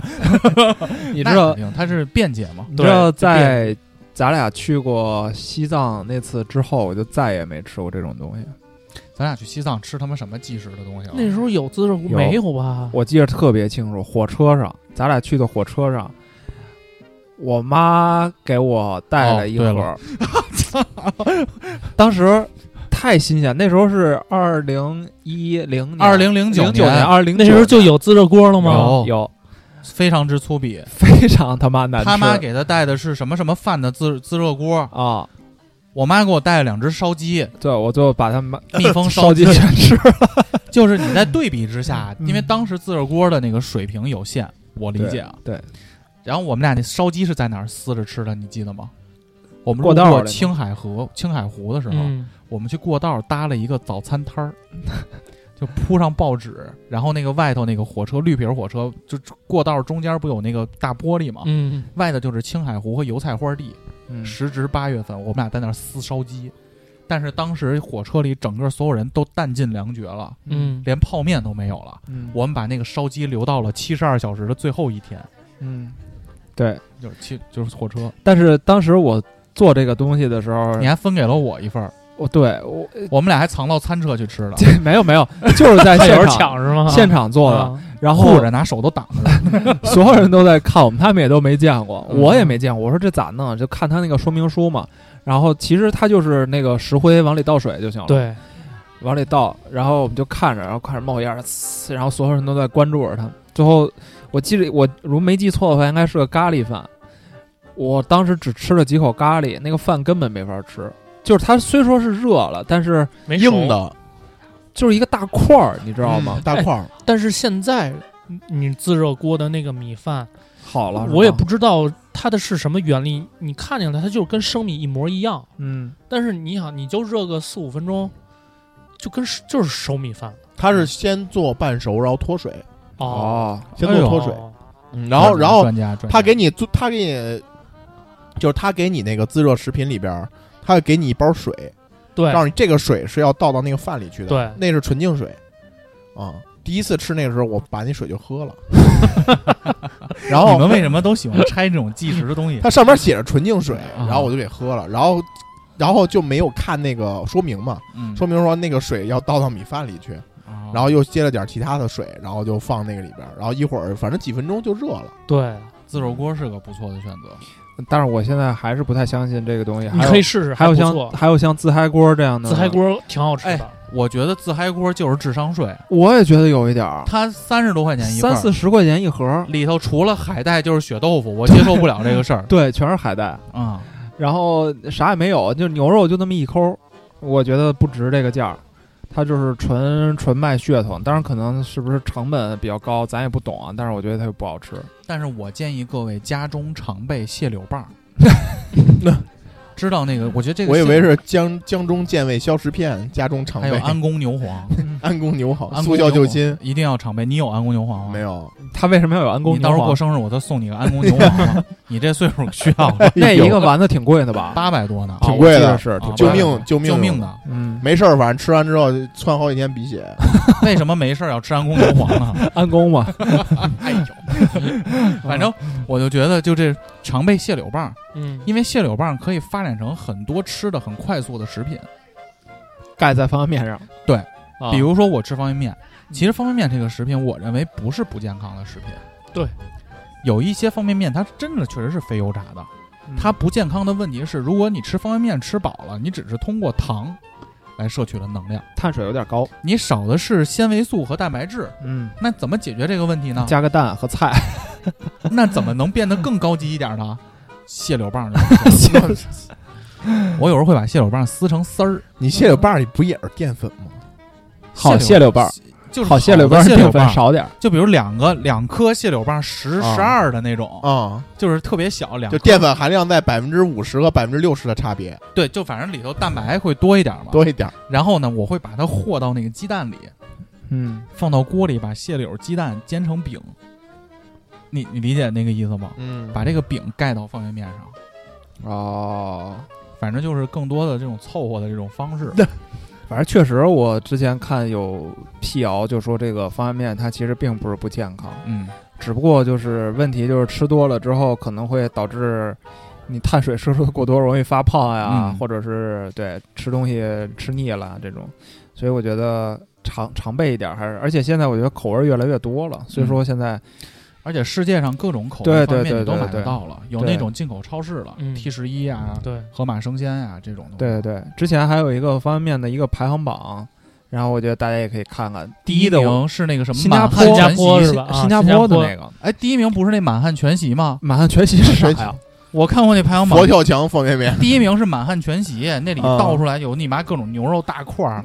你你知道它是便捷嘛？你知对道就变在咱俩去过西藏那次之后，我就再也没吃过这种东西。咱俩去西藏吃他妈什么即食的东西了？那时候有自热锅有没有吧？我记得特别清楚，火车上，咱俩去的火车上，我妈给我带了一盒儿，哦 当时太新鲜，那时候是二零一零年，二零零零九年年，二零那时候就有自热锅了吗？有有非常之粗鄙，非常他妈难吃，他妈给他带的是什么什么饭的自自热锅，啊，我妈给我带了两只烧鸡，对，我就把他们蜜 蜂烧烧鸡鸡。全吃了， 就是你在对比之下，嗯因为当时自热锅的那个水平有限，我理解啊。对对然后我们俩那烧鸡是在哪儿撕着吃的，你记得吗？我们过道路儿过里青海河、青海湖的时候，嗯，我们去过道儿搭了一个早餐摊儿， 就铺上报纸，然后那个外头那个火车绿皮儿火车，就过道儿中间不有那个大玻璃吗？嗯，外头就是青海湖和油菜花地。嗯时值八月份，我们俩在那儿撕烧鸡，但是当时火车里整个所有人都弹尽粮绝了，嗯连泡面都没有了。嗯我们把那个烧鸡留到了七十二小时的最后一天，嗯，对，就是七就是火车，但是当时我做这个东西的时候你，还分给了我一份儿，我对我呃我们俩还藏到餐车去吃了，没有没有，就是在 有现人场抢是吗？现场做的，啊然护后着拿手都挡着。所有人都在看我们，他们也都没见过，嗯我也没见过。我说这咋弄？啊就看他那个说明书嘛。然后其实他就是那个石灰往里倒水就行了，，对，啊往里倒。然后我们就看着，然后开始冒烟，呲然后所有人都在关注着他们。最后我记得我如没记错的话，应该是个咖喱饭。我当时只吃了几口咖喱，那个饭根本没法吃。就是它虽说是热了，但是没熟硬，的，就是一个大块儿，你知道吗？嗯大块儿，但是现在你你自热锅的那个米饭，好了，我也是吧不知道它的是什么原理，你看见了它就是跟生米一模一样，嗯，但是你想，你就热个四五分钟，就跟是就是熟米饭它嗯是先做半熟，然后脱水，哦，先哎做呦脱水，哦嗯然后然后专家专家他给你做，他给你就是他给你那个自热食品里边儿，他会给你一包水，对告诉你这个水是要倒到那个饭里去的，对那是纯净水啊。第一次吃那个时候，我把那水就 喝了，然后你们为什么都喜欢拆这种计时的东西？它上面写着纯净水，啊然后我就给喝了，然后然后就没有看那个说明嘛，嗯，说明说那个水要倒到米饭里去，哦，然后又接了点其他的水，然后就放那个里边儿，然后一会儿反正几分钟就热了。对，自热锅是个不错的选择，但是我现在还是不太相信这个东西。你还有可以试试，还有不像嗯错还有像嗯自嗨锅这样的自嗨，锅挺好吃的哎，我觉得自嗨锅就是智商税，我也觉得有一点儿，它三十多块钱一三份儿，四十块钱一盒，里头除了海带就是血豆腐，我接受不了这个事儿对，全是海带， 啊。然后啥也没有，就牛肉就那么一抠，我觉得不值这个价儿。它就是纯纯卖噱头，当然可能是不是成本比较高，咱也不懂啊。但是我觉得它又不好吃，但是我建议各位家中常备蟹柳棒儿， 知道那个？我觉得这个我以蟹为是江江中健胃消食片，家中常还备有安宫牛黄， 安宫牛好，安速宫效牛哦救黄心一定要常备。你有安宫牛黄吗？没有。它为什么要有安宫你到牛时候黄 过？生日，我再送你个安宫牛 黄吧。你这岁数需要吗？哎那一个丸子挺贵的吧？八百多呢，挺啊贵的我记得是挺啊贵救的命 救命救命！的！嗯，没事儿，反正吃完之后窜好几天 鼻血。为什么没事儿要吃安宫牛黄 呢？安宫嘛，哎呦，反正我就觉得，就这常备蟹柳棒儿，嗯，因为蟹柳棒儿可以发展成很多吃的很快速的食品。 盖在方便面上。对啊，嗯比如说我吃方便面，其实方便面这个食品，我认为不是不健康的食品。对，有一些方便面它真的确实是非油炸的。嗯它不健康的问题是，如果你吃方便面吃饱了，你只是通过糖来摄取了能量，碳水有点高，你少的是纤维素和蛋白质。嗯，那怎么解决这个问题呢？加个蛋和菜，那怎么能变得更高级一点呢？蟹柳棒 就，我有时候会把蟹柳棒撕成丝儿，你蟹柳棒儿里不也是淀粉吗？好蟹柳棒，就是好蟹柳棒棒儿，蟹淀柳粉棒儿，少点儿，就比如两个两颗蟹柳棒十啊十二的那种，啊、就是特别小，哦两就颗淀粉含量在百分之五十和百分之六十的差别对，就反正里头蛋白会多一点嘛。多一点儿。然后呢，我会把它和到那个鸡蛋里，嗯，放到锅里，把蟹柳鸡蛋煎成饼。你你理解那个意思吗？嗯把这个饼盖到方便面上，哦，反正就是更多的这种凑合的这种 方式。反正确实，我之前看有辟谣，就说这个方便面它其实并不是不健康，嗯，只不过就是问题就是吃多了之后可能会导致你碳水摄入的过多，容易发胖呀，嗯或者是对吃东西吃腻了这种，所以我觉得常常备一点还是，而且现在我觉得口味越来越多了，所以说现在而且世界上各种口对味方对便面对你对都买得对到了，有对那种进口超市了嗯，T 十一啊，对，盒马生鲜啊这种东西。对对对，之前还有一个方便面的一个排行榜，然后我觉得大家也可以看看。第一一的我，名是那个什么新加满坡汉新加全坡席是吧？啊新加坡的那个哎，第一名不是那满汉全席吗？满汉全席是啥呀？我看过那排行榜佛，跳墙方便面，第一名是满汉全席，那里倒出来有你妈各种牛肉大块儿，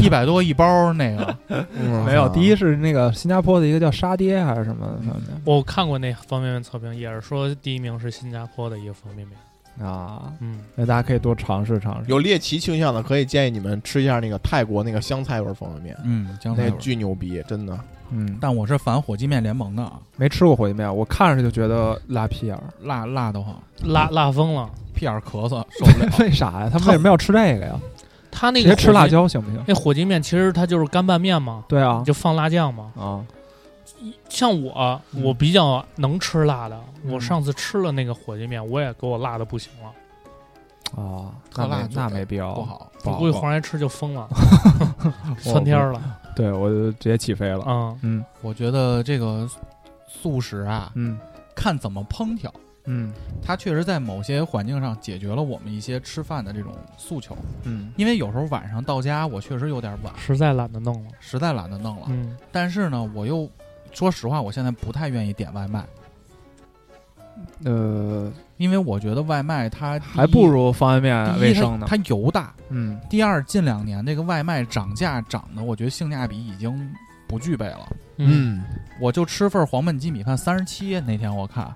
一百多一包那个。 没有，第一是那个新加坡的一个叫沙爹还是什么方便我看过那方便面测评，也是说第一名是新加坡的一个方便面。面啊？嗯，那大家可以多尝试尝试。有猎奇倾向的，可以建议你们吃一下那个泰国那个香菜味儿方便面，嗯，江那菜个巨牛逼，真的。嗯，但我是反火鸡面联盟的啊，没吃过火鸡面，我看着就觉得拉屁眼 儿。辣辣得慌，嗯辣辣疯了，屁眼儿咳嗽受不了。为啥呀？他们为什么要吃这 个呀？他那直个接吃辣火鸡，椒行不行？那火鸡面其实它就是干拌面嘛，对啊你，就放辣酱嘛。啊，像我，嗯我比较能吃辣的。我嗯上次吃了那个火鸡面，我也给我辣的不行了，哦，特那辣没就那没必要，不好 不好，我估计不好黄爷吃就疯了，我窜天儿了。对我就直接起飞了。嗯，嗯我觉得这个素食啊，嗯看怎么烹调，嗯它确实在某些环境上解决了我们一些吃饭的这种诉求。嗯，因为有时候晚上到家，我确实有点晚，实在懒得弄了。实在懒得弄了。嗯，但是呢，我又说实话，我现在不太愿意点外卖，嗯呃，因为我觉得外卖它第一还不如方便面第卫一生它呢。它油大。嗯，第二，近两年这个外卖涨价涨的，我觉得性价比已经不具备了。嗯，我就吃份黄焖鸡米饭三十七，那天我看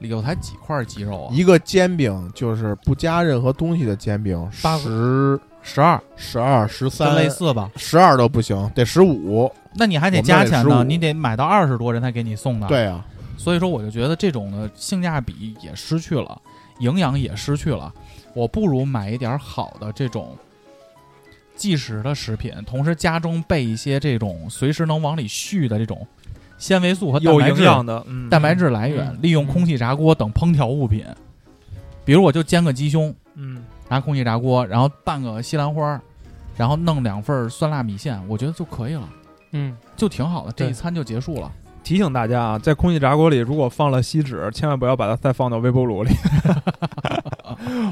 里头才几块鸡肉啊，一个煎饼就是不加任何东西的煎饼，八十、十二，十二、十跟三，类似吧？十二都不行，得十五。那你还得我们那加得钱15呢，你得买到二十多人才给你送呢。，对啊，所以说我就觉得这种的性价比也失去了，营养也失去了，我不如买一点好的这种即食的食品，同时家中备一些这种随时能往里续的这种纤维素和蛋有白营质养的，嗯，蛋白质来源，利用空气炸锅等烹调物品，比如我就煎个鸡胸，嗯，拿空气炸锅，然后拌个西兰花，然后弄两份酸辣米线，我觉得就可以了，嗯，就挺好的，这一对餐就结束了。提醒大家啊，在空气炸锅里如果放了锡纸，千万不要把它再放到微波 炉里。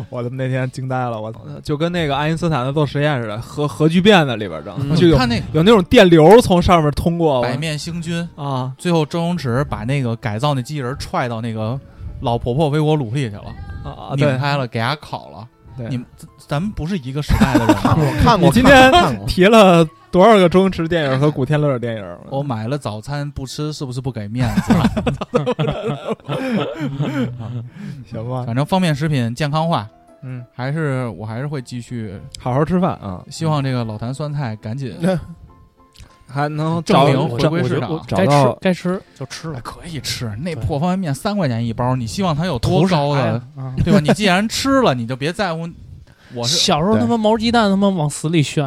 我他妈那天惊呆了，我呃就跟那个爱因斯坦的做实验似的，核核聚变的里边整，嗯就有看那个有那种电流从上面通过。我百面星君，啊，最后周星驰把那个改造那机器人踹到那个老婆婆微波炉里去了，啊，拧对，开了，给伢烤了。对你们咱咱们不是一个时代的人 啊。我看过，你今看天过看过，提了多少个周星驰电影和古天乐电影？我买了早餐不吃，是不是不给面啊子？行吧，反正方便食品健康化，嗯，还是我还是会继续。好好吃饭啊，希望这个老坛酸菜赶紧还能证找明回找归市我场。找该吃到该吃就吃了哎，可以吃那对破方便面三块钱一包，你希望它有多图啥 高的呀？，啊对吧？你既然吃了，你就别在乎。我 是小时候对他妈毛鸡蛋他妈往死里炫，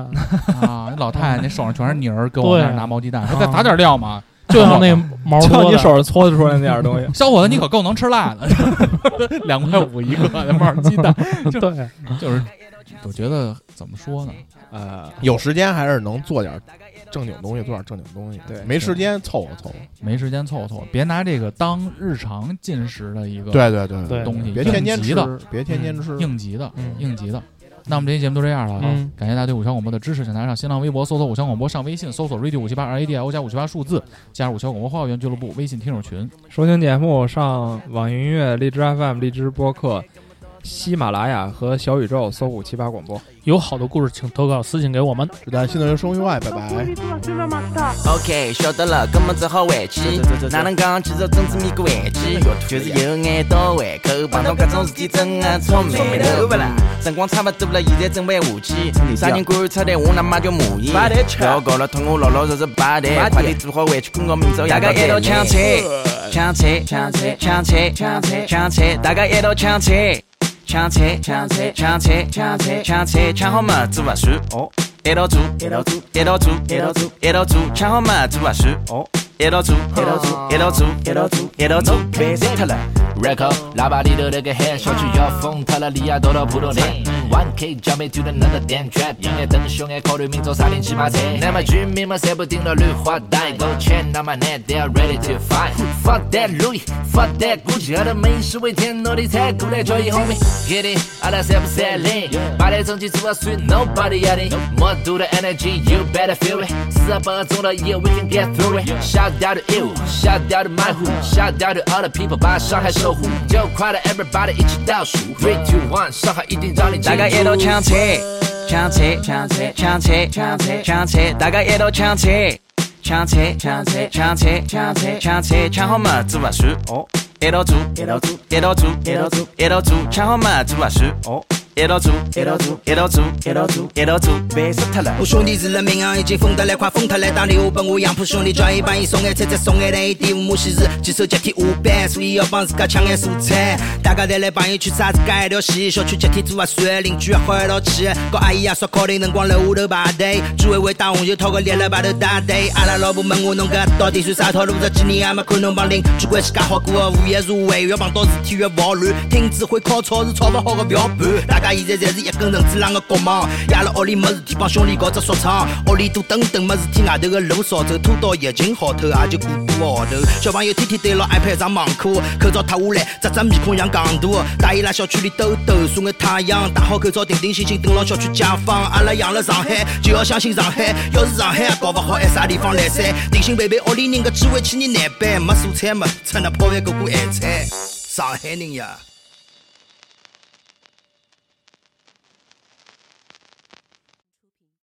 啊，老太太那手上全是泥儿，跟我那儿对啊拿毛鸡蛋，说再撒点料嘛。就像那毛就多你手的，上搓出来那点东西 。小伙子，你可够能吃辣的，两块五一个那毛鸡蛋，对，就是我觉得怎么说呢？呃，有时间还是能做点正经东西，做点正经东西。对没时间凑合凑合。没时间凑凑，别拿这个当日常进食的一个对对对对东西，别天天应急吃的，，别天天吃。应急的，嗯应急的。那我们这期节目就这样了啊！嗯感谢大家对五香广播的支持，请大家上新浪微博搜索“五香广播”，上微信搜索 “radio 五七八 r a d i o 加五七八数字”，加入五香广播花园俱乐部微信听友群。收听节目上网易云音乐、荔枝 FM、荔枝播客、喜马拉雅和小宇宙搜五七八广播。有好的故事请投稿私信给我们。祝大家新的一年生活愉快，拜都 拜推。理出来是了嘛哒。 OK，晓得了，搿么只好回去。哪能讲，其实真子咪个回去，就是有啊眼到胃口，碰到搿种事体真啊的草莓头不啦。辰光差不多了，现在准备下去。啥人观察的，我他妈就骂伊。不要搞了，通我老老实实摆的，快点做好回去，困觉明朝大家一道抢车，抢车，抢车，抢车，抢车，抢车，大家一道抢车，抢车，抢车，抢车，抢车，抢车，抢好么子勿算。哦。一道做，一道做，一道做，一道做，一道做，抢好嘛做啊事。哦，一道做，一道哦做，一道做，一道做，一道做，别死他了。 Record，喇叭里头那个 head，小区要疯他了，离啊多到不动的。One K 交没 to another damn trap，应该等熊爱考虑明早啥点去买菜。那么居民们全部顶到绿化带，Go check，那么 net，they are ready to fight。Fuck that Louis，fuck that Gucci，和他们是为天努力才过来叫一 homie。Get it，阿拉三不三零，把那成绩做啊算 nobody 压力。more do the energy，you better feel it。四十八个钟头，yeah，we can get through it。Shout out to you，shout out to my who，shout out to all the people，把上海守护。就快乐，everybody 一起倒数，three two one，上海一定让你记大家一道住。抢车，抢车，抢车，抢车，抢车，抢车，大家一道抢车，抢车，抢车，抢车，抢车，抢车，抢好嘛做啊事。哦，一道做，一道做，一道做，一道做，一道做，抢好嘛做啊事。哦。一道做，一道做，一道做，一道做，一道做，别死他了。我兄弟是了啊名扬，已经疯得来，快疯他来！打电话拨我杨浦兄弟，叫伊帮伊送眼菜，再送眼蛋，伊点我先是几手集体下班，所以要帮自家抢眼蔬菜。大家侪来朋友圈晒自家一条线，小区集体做核酸，邻居也好一道去。和阿姨爷说考定辰光楼下头排队，居委会打红袖套个立了排头打队。阿拉老婆问我侬搿到底算啥套路？这几年还没看侬帮邻居关系介好过个，物业社会越碰到事体越跑乱，听指挥靠吵是吵勿好个不要盘。大家家现在侪是一根绳子浪个国网。夜了屋里没事体，帮兄弟搞只说唱。屋里多等等，没事体，外头个路少走，拖到疫情好透，也就过半个号头。小朋友天天对牢 iPad 上网课，口罩脱下来，只只面孔像戆大。带伊拉小区里兜兜，晒眼太阳，戴好口罩，定定心心等牢小区解放。阿拉养了上海，就要相信上海。要是上海也搞勿好，还啥地方来塞？定心陪陪屋里人个机会，千年难办。没蔬菜么，吃那泡饭过过咸菜。上海人呀。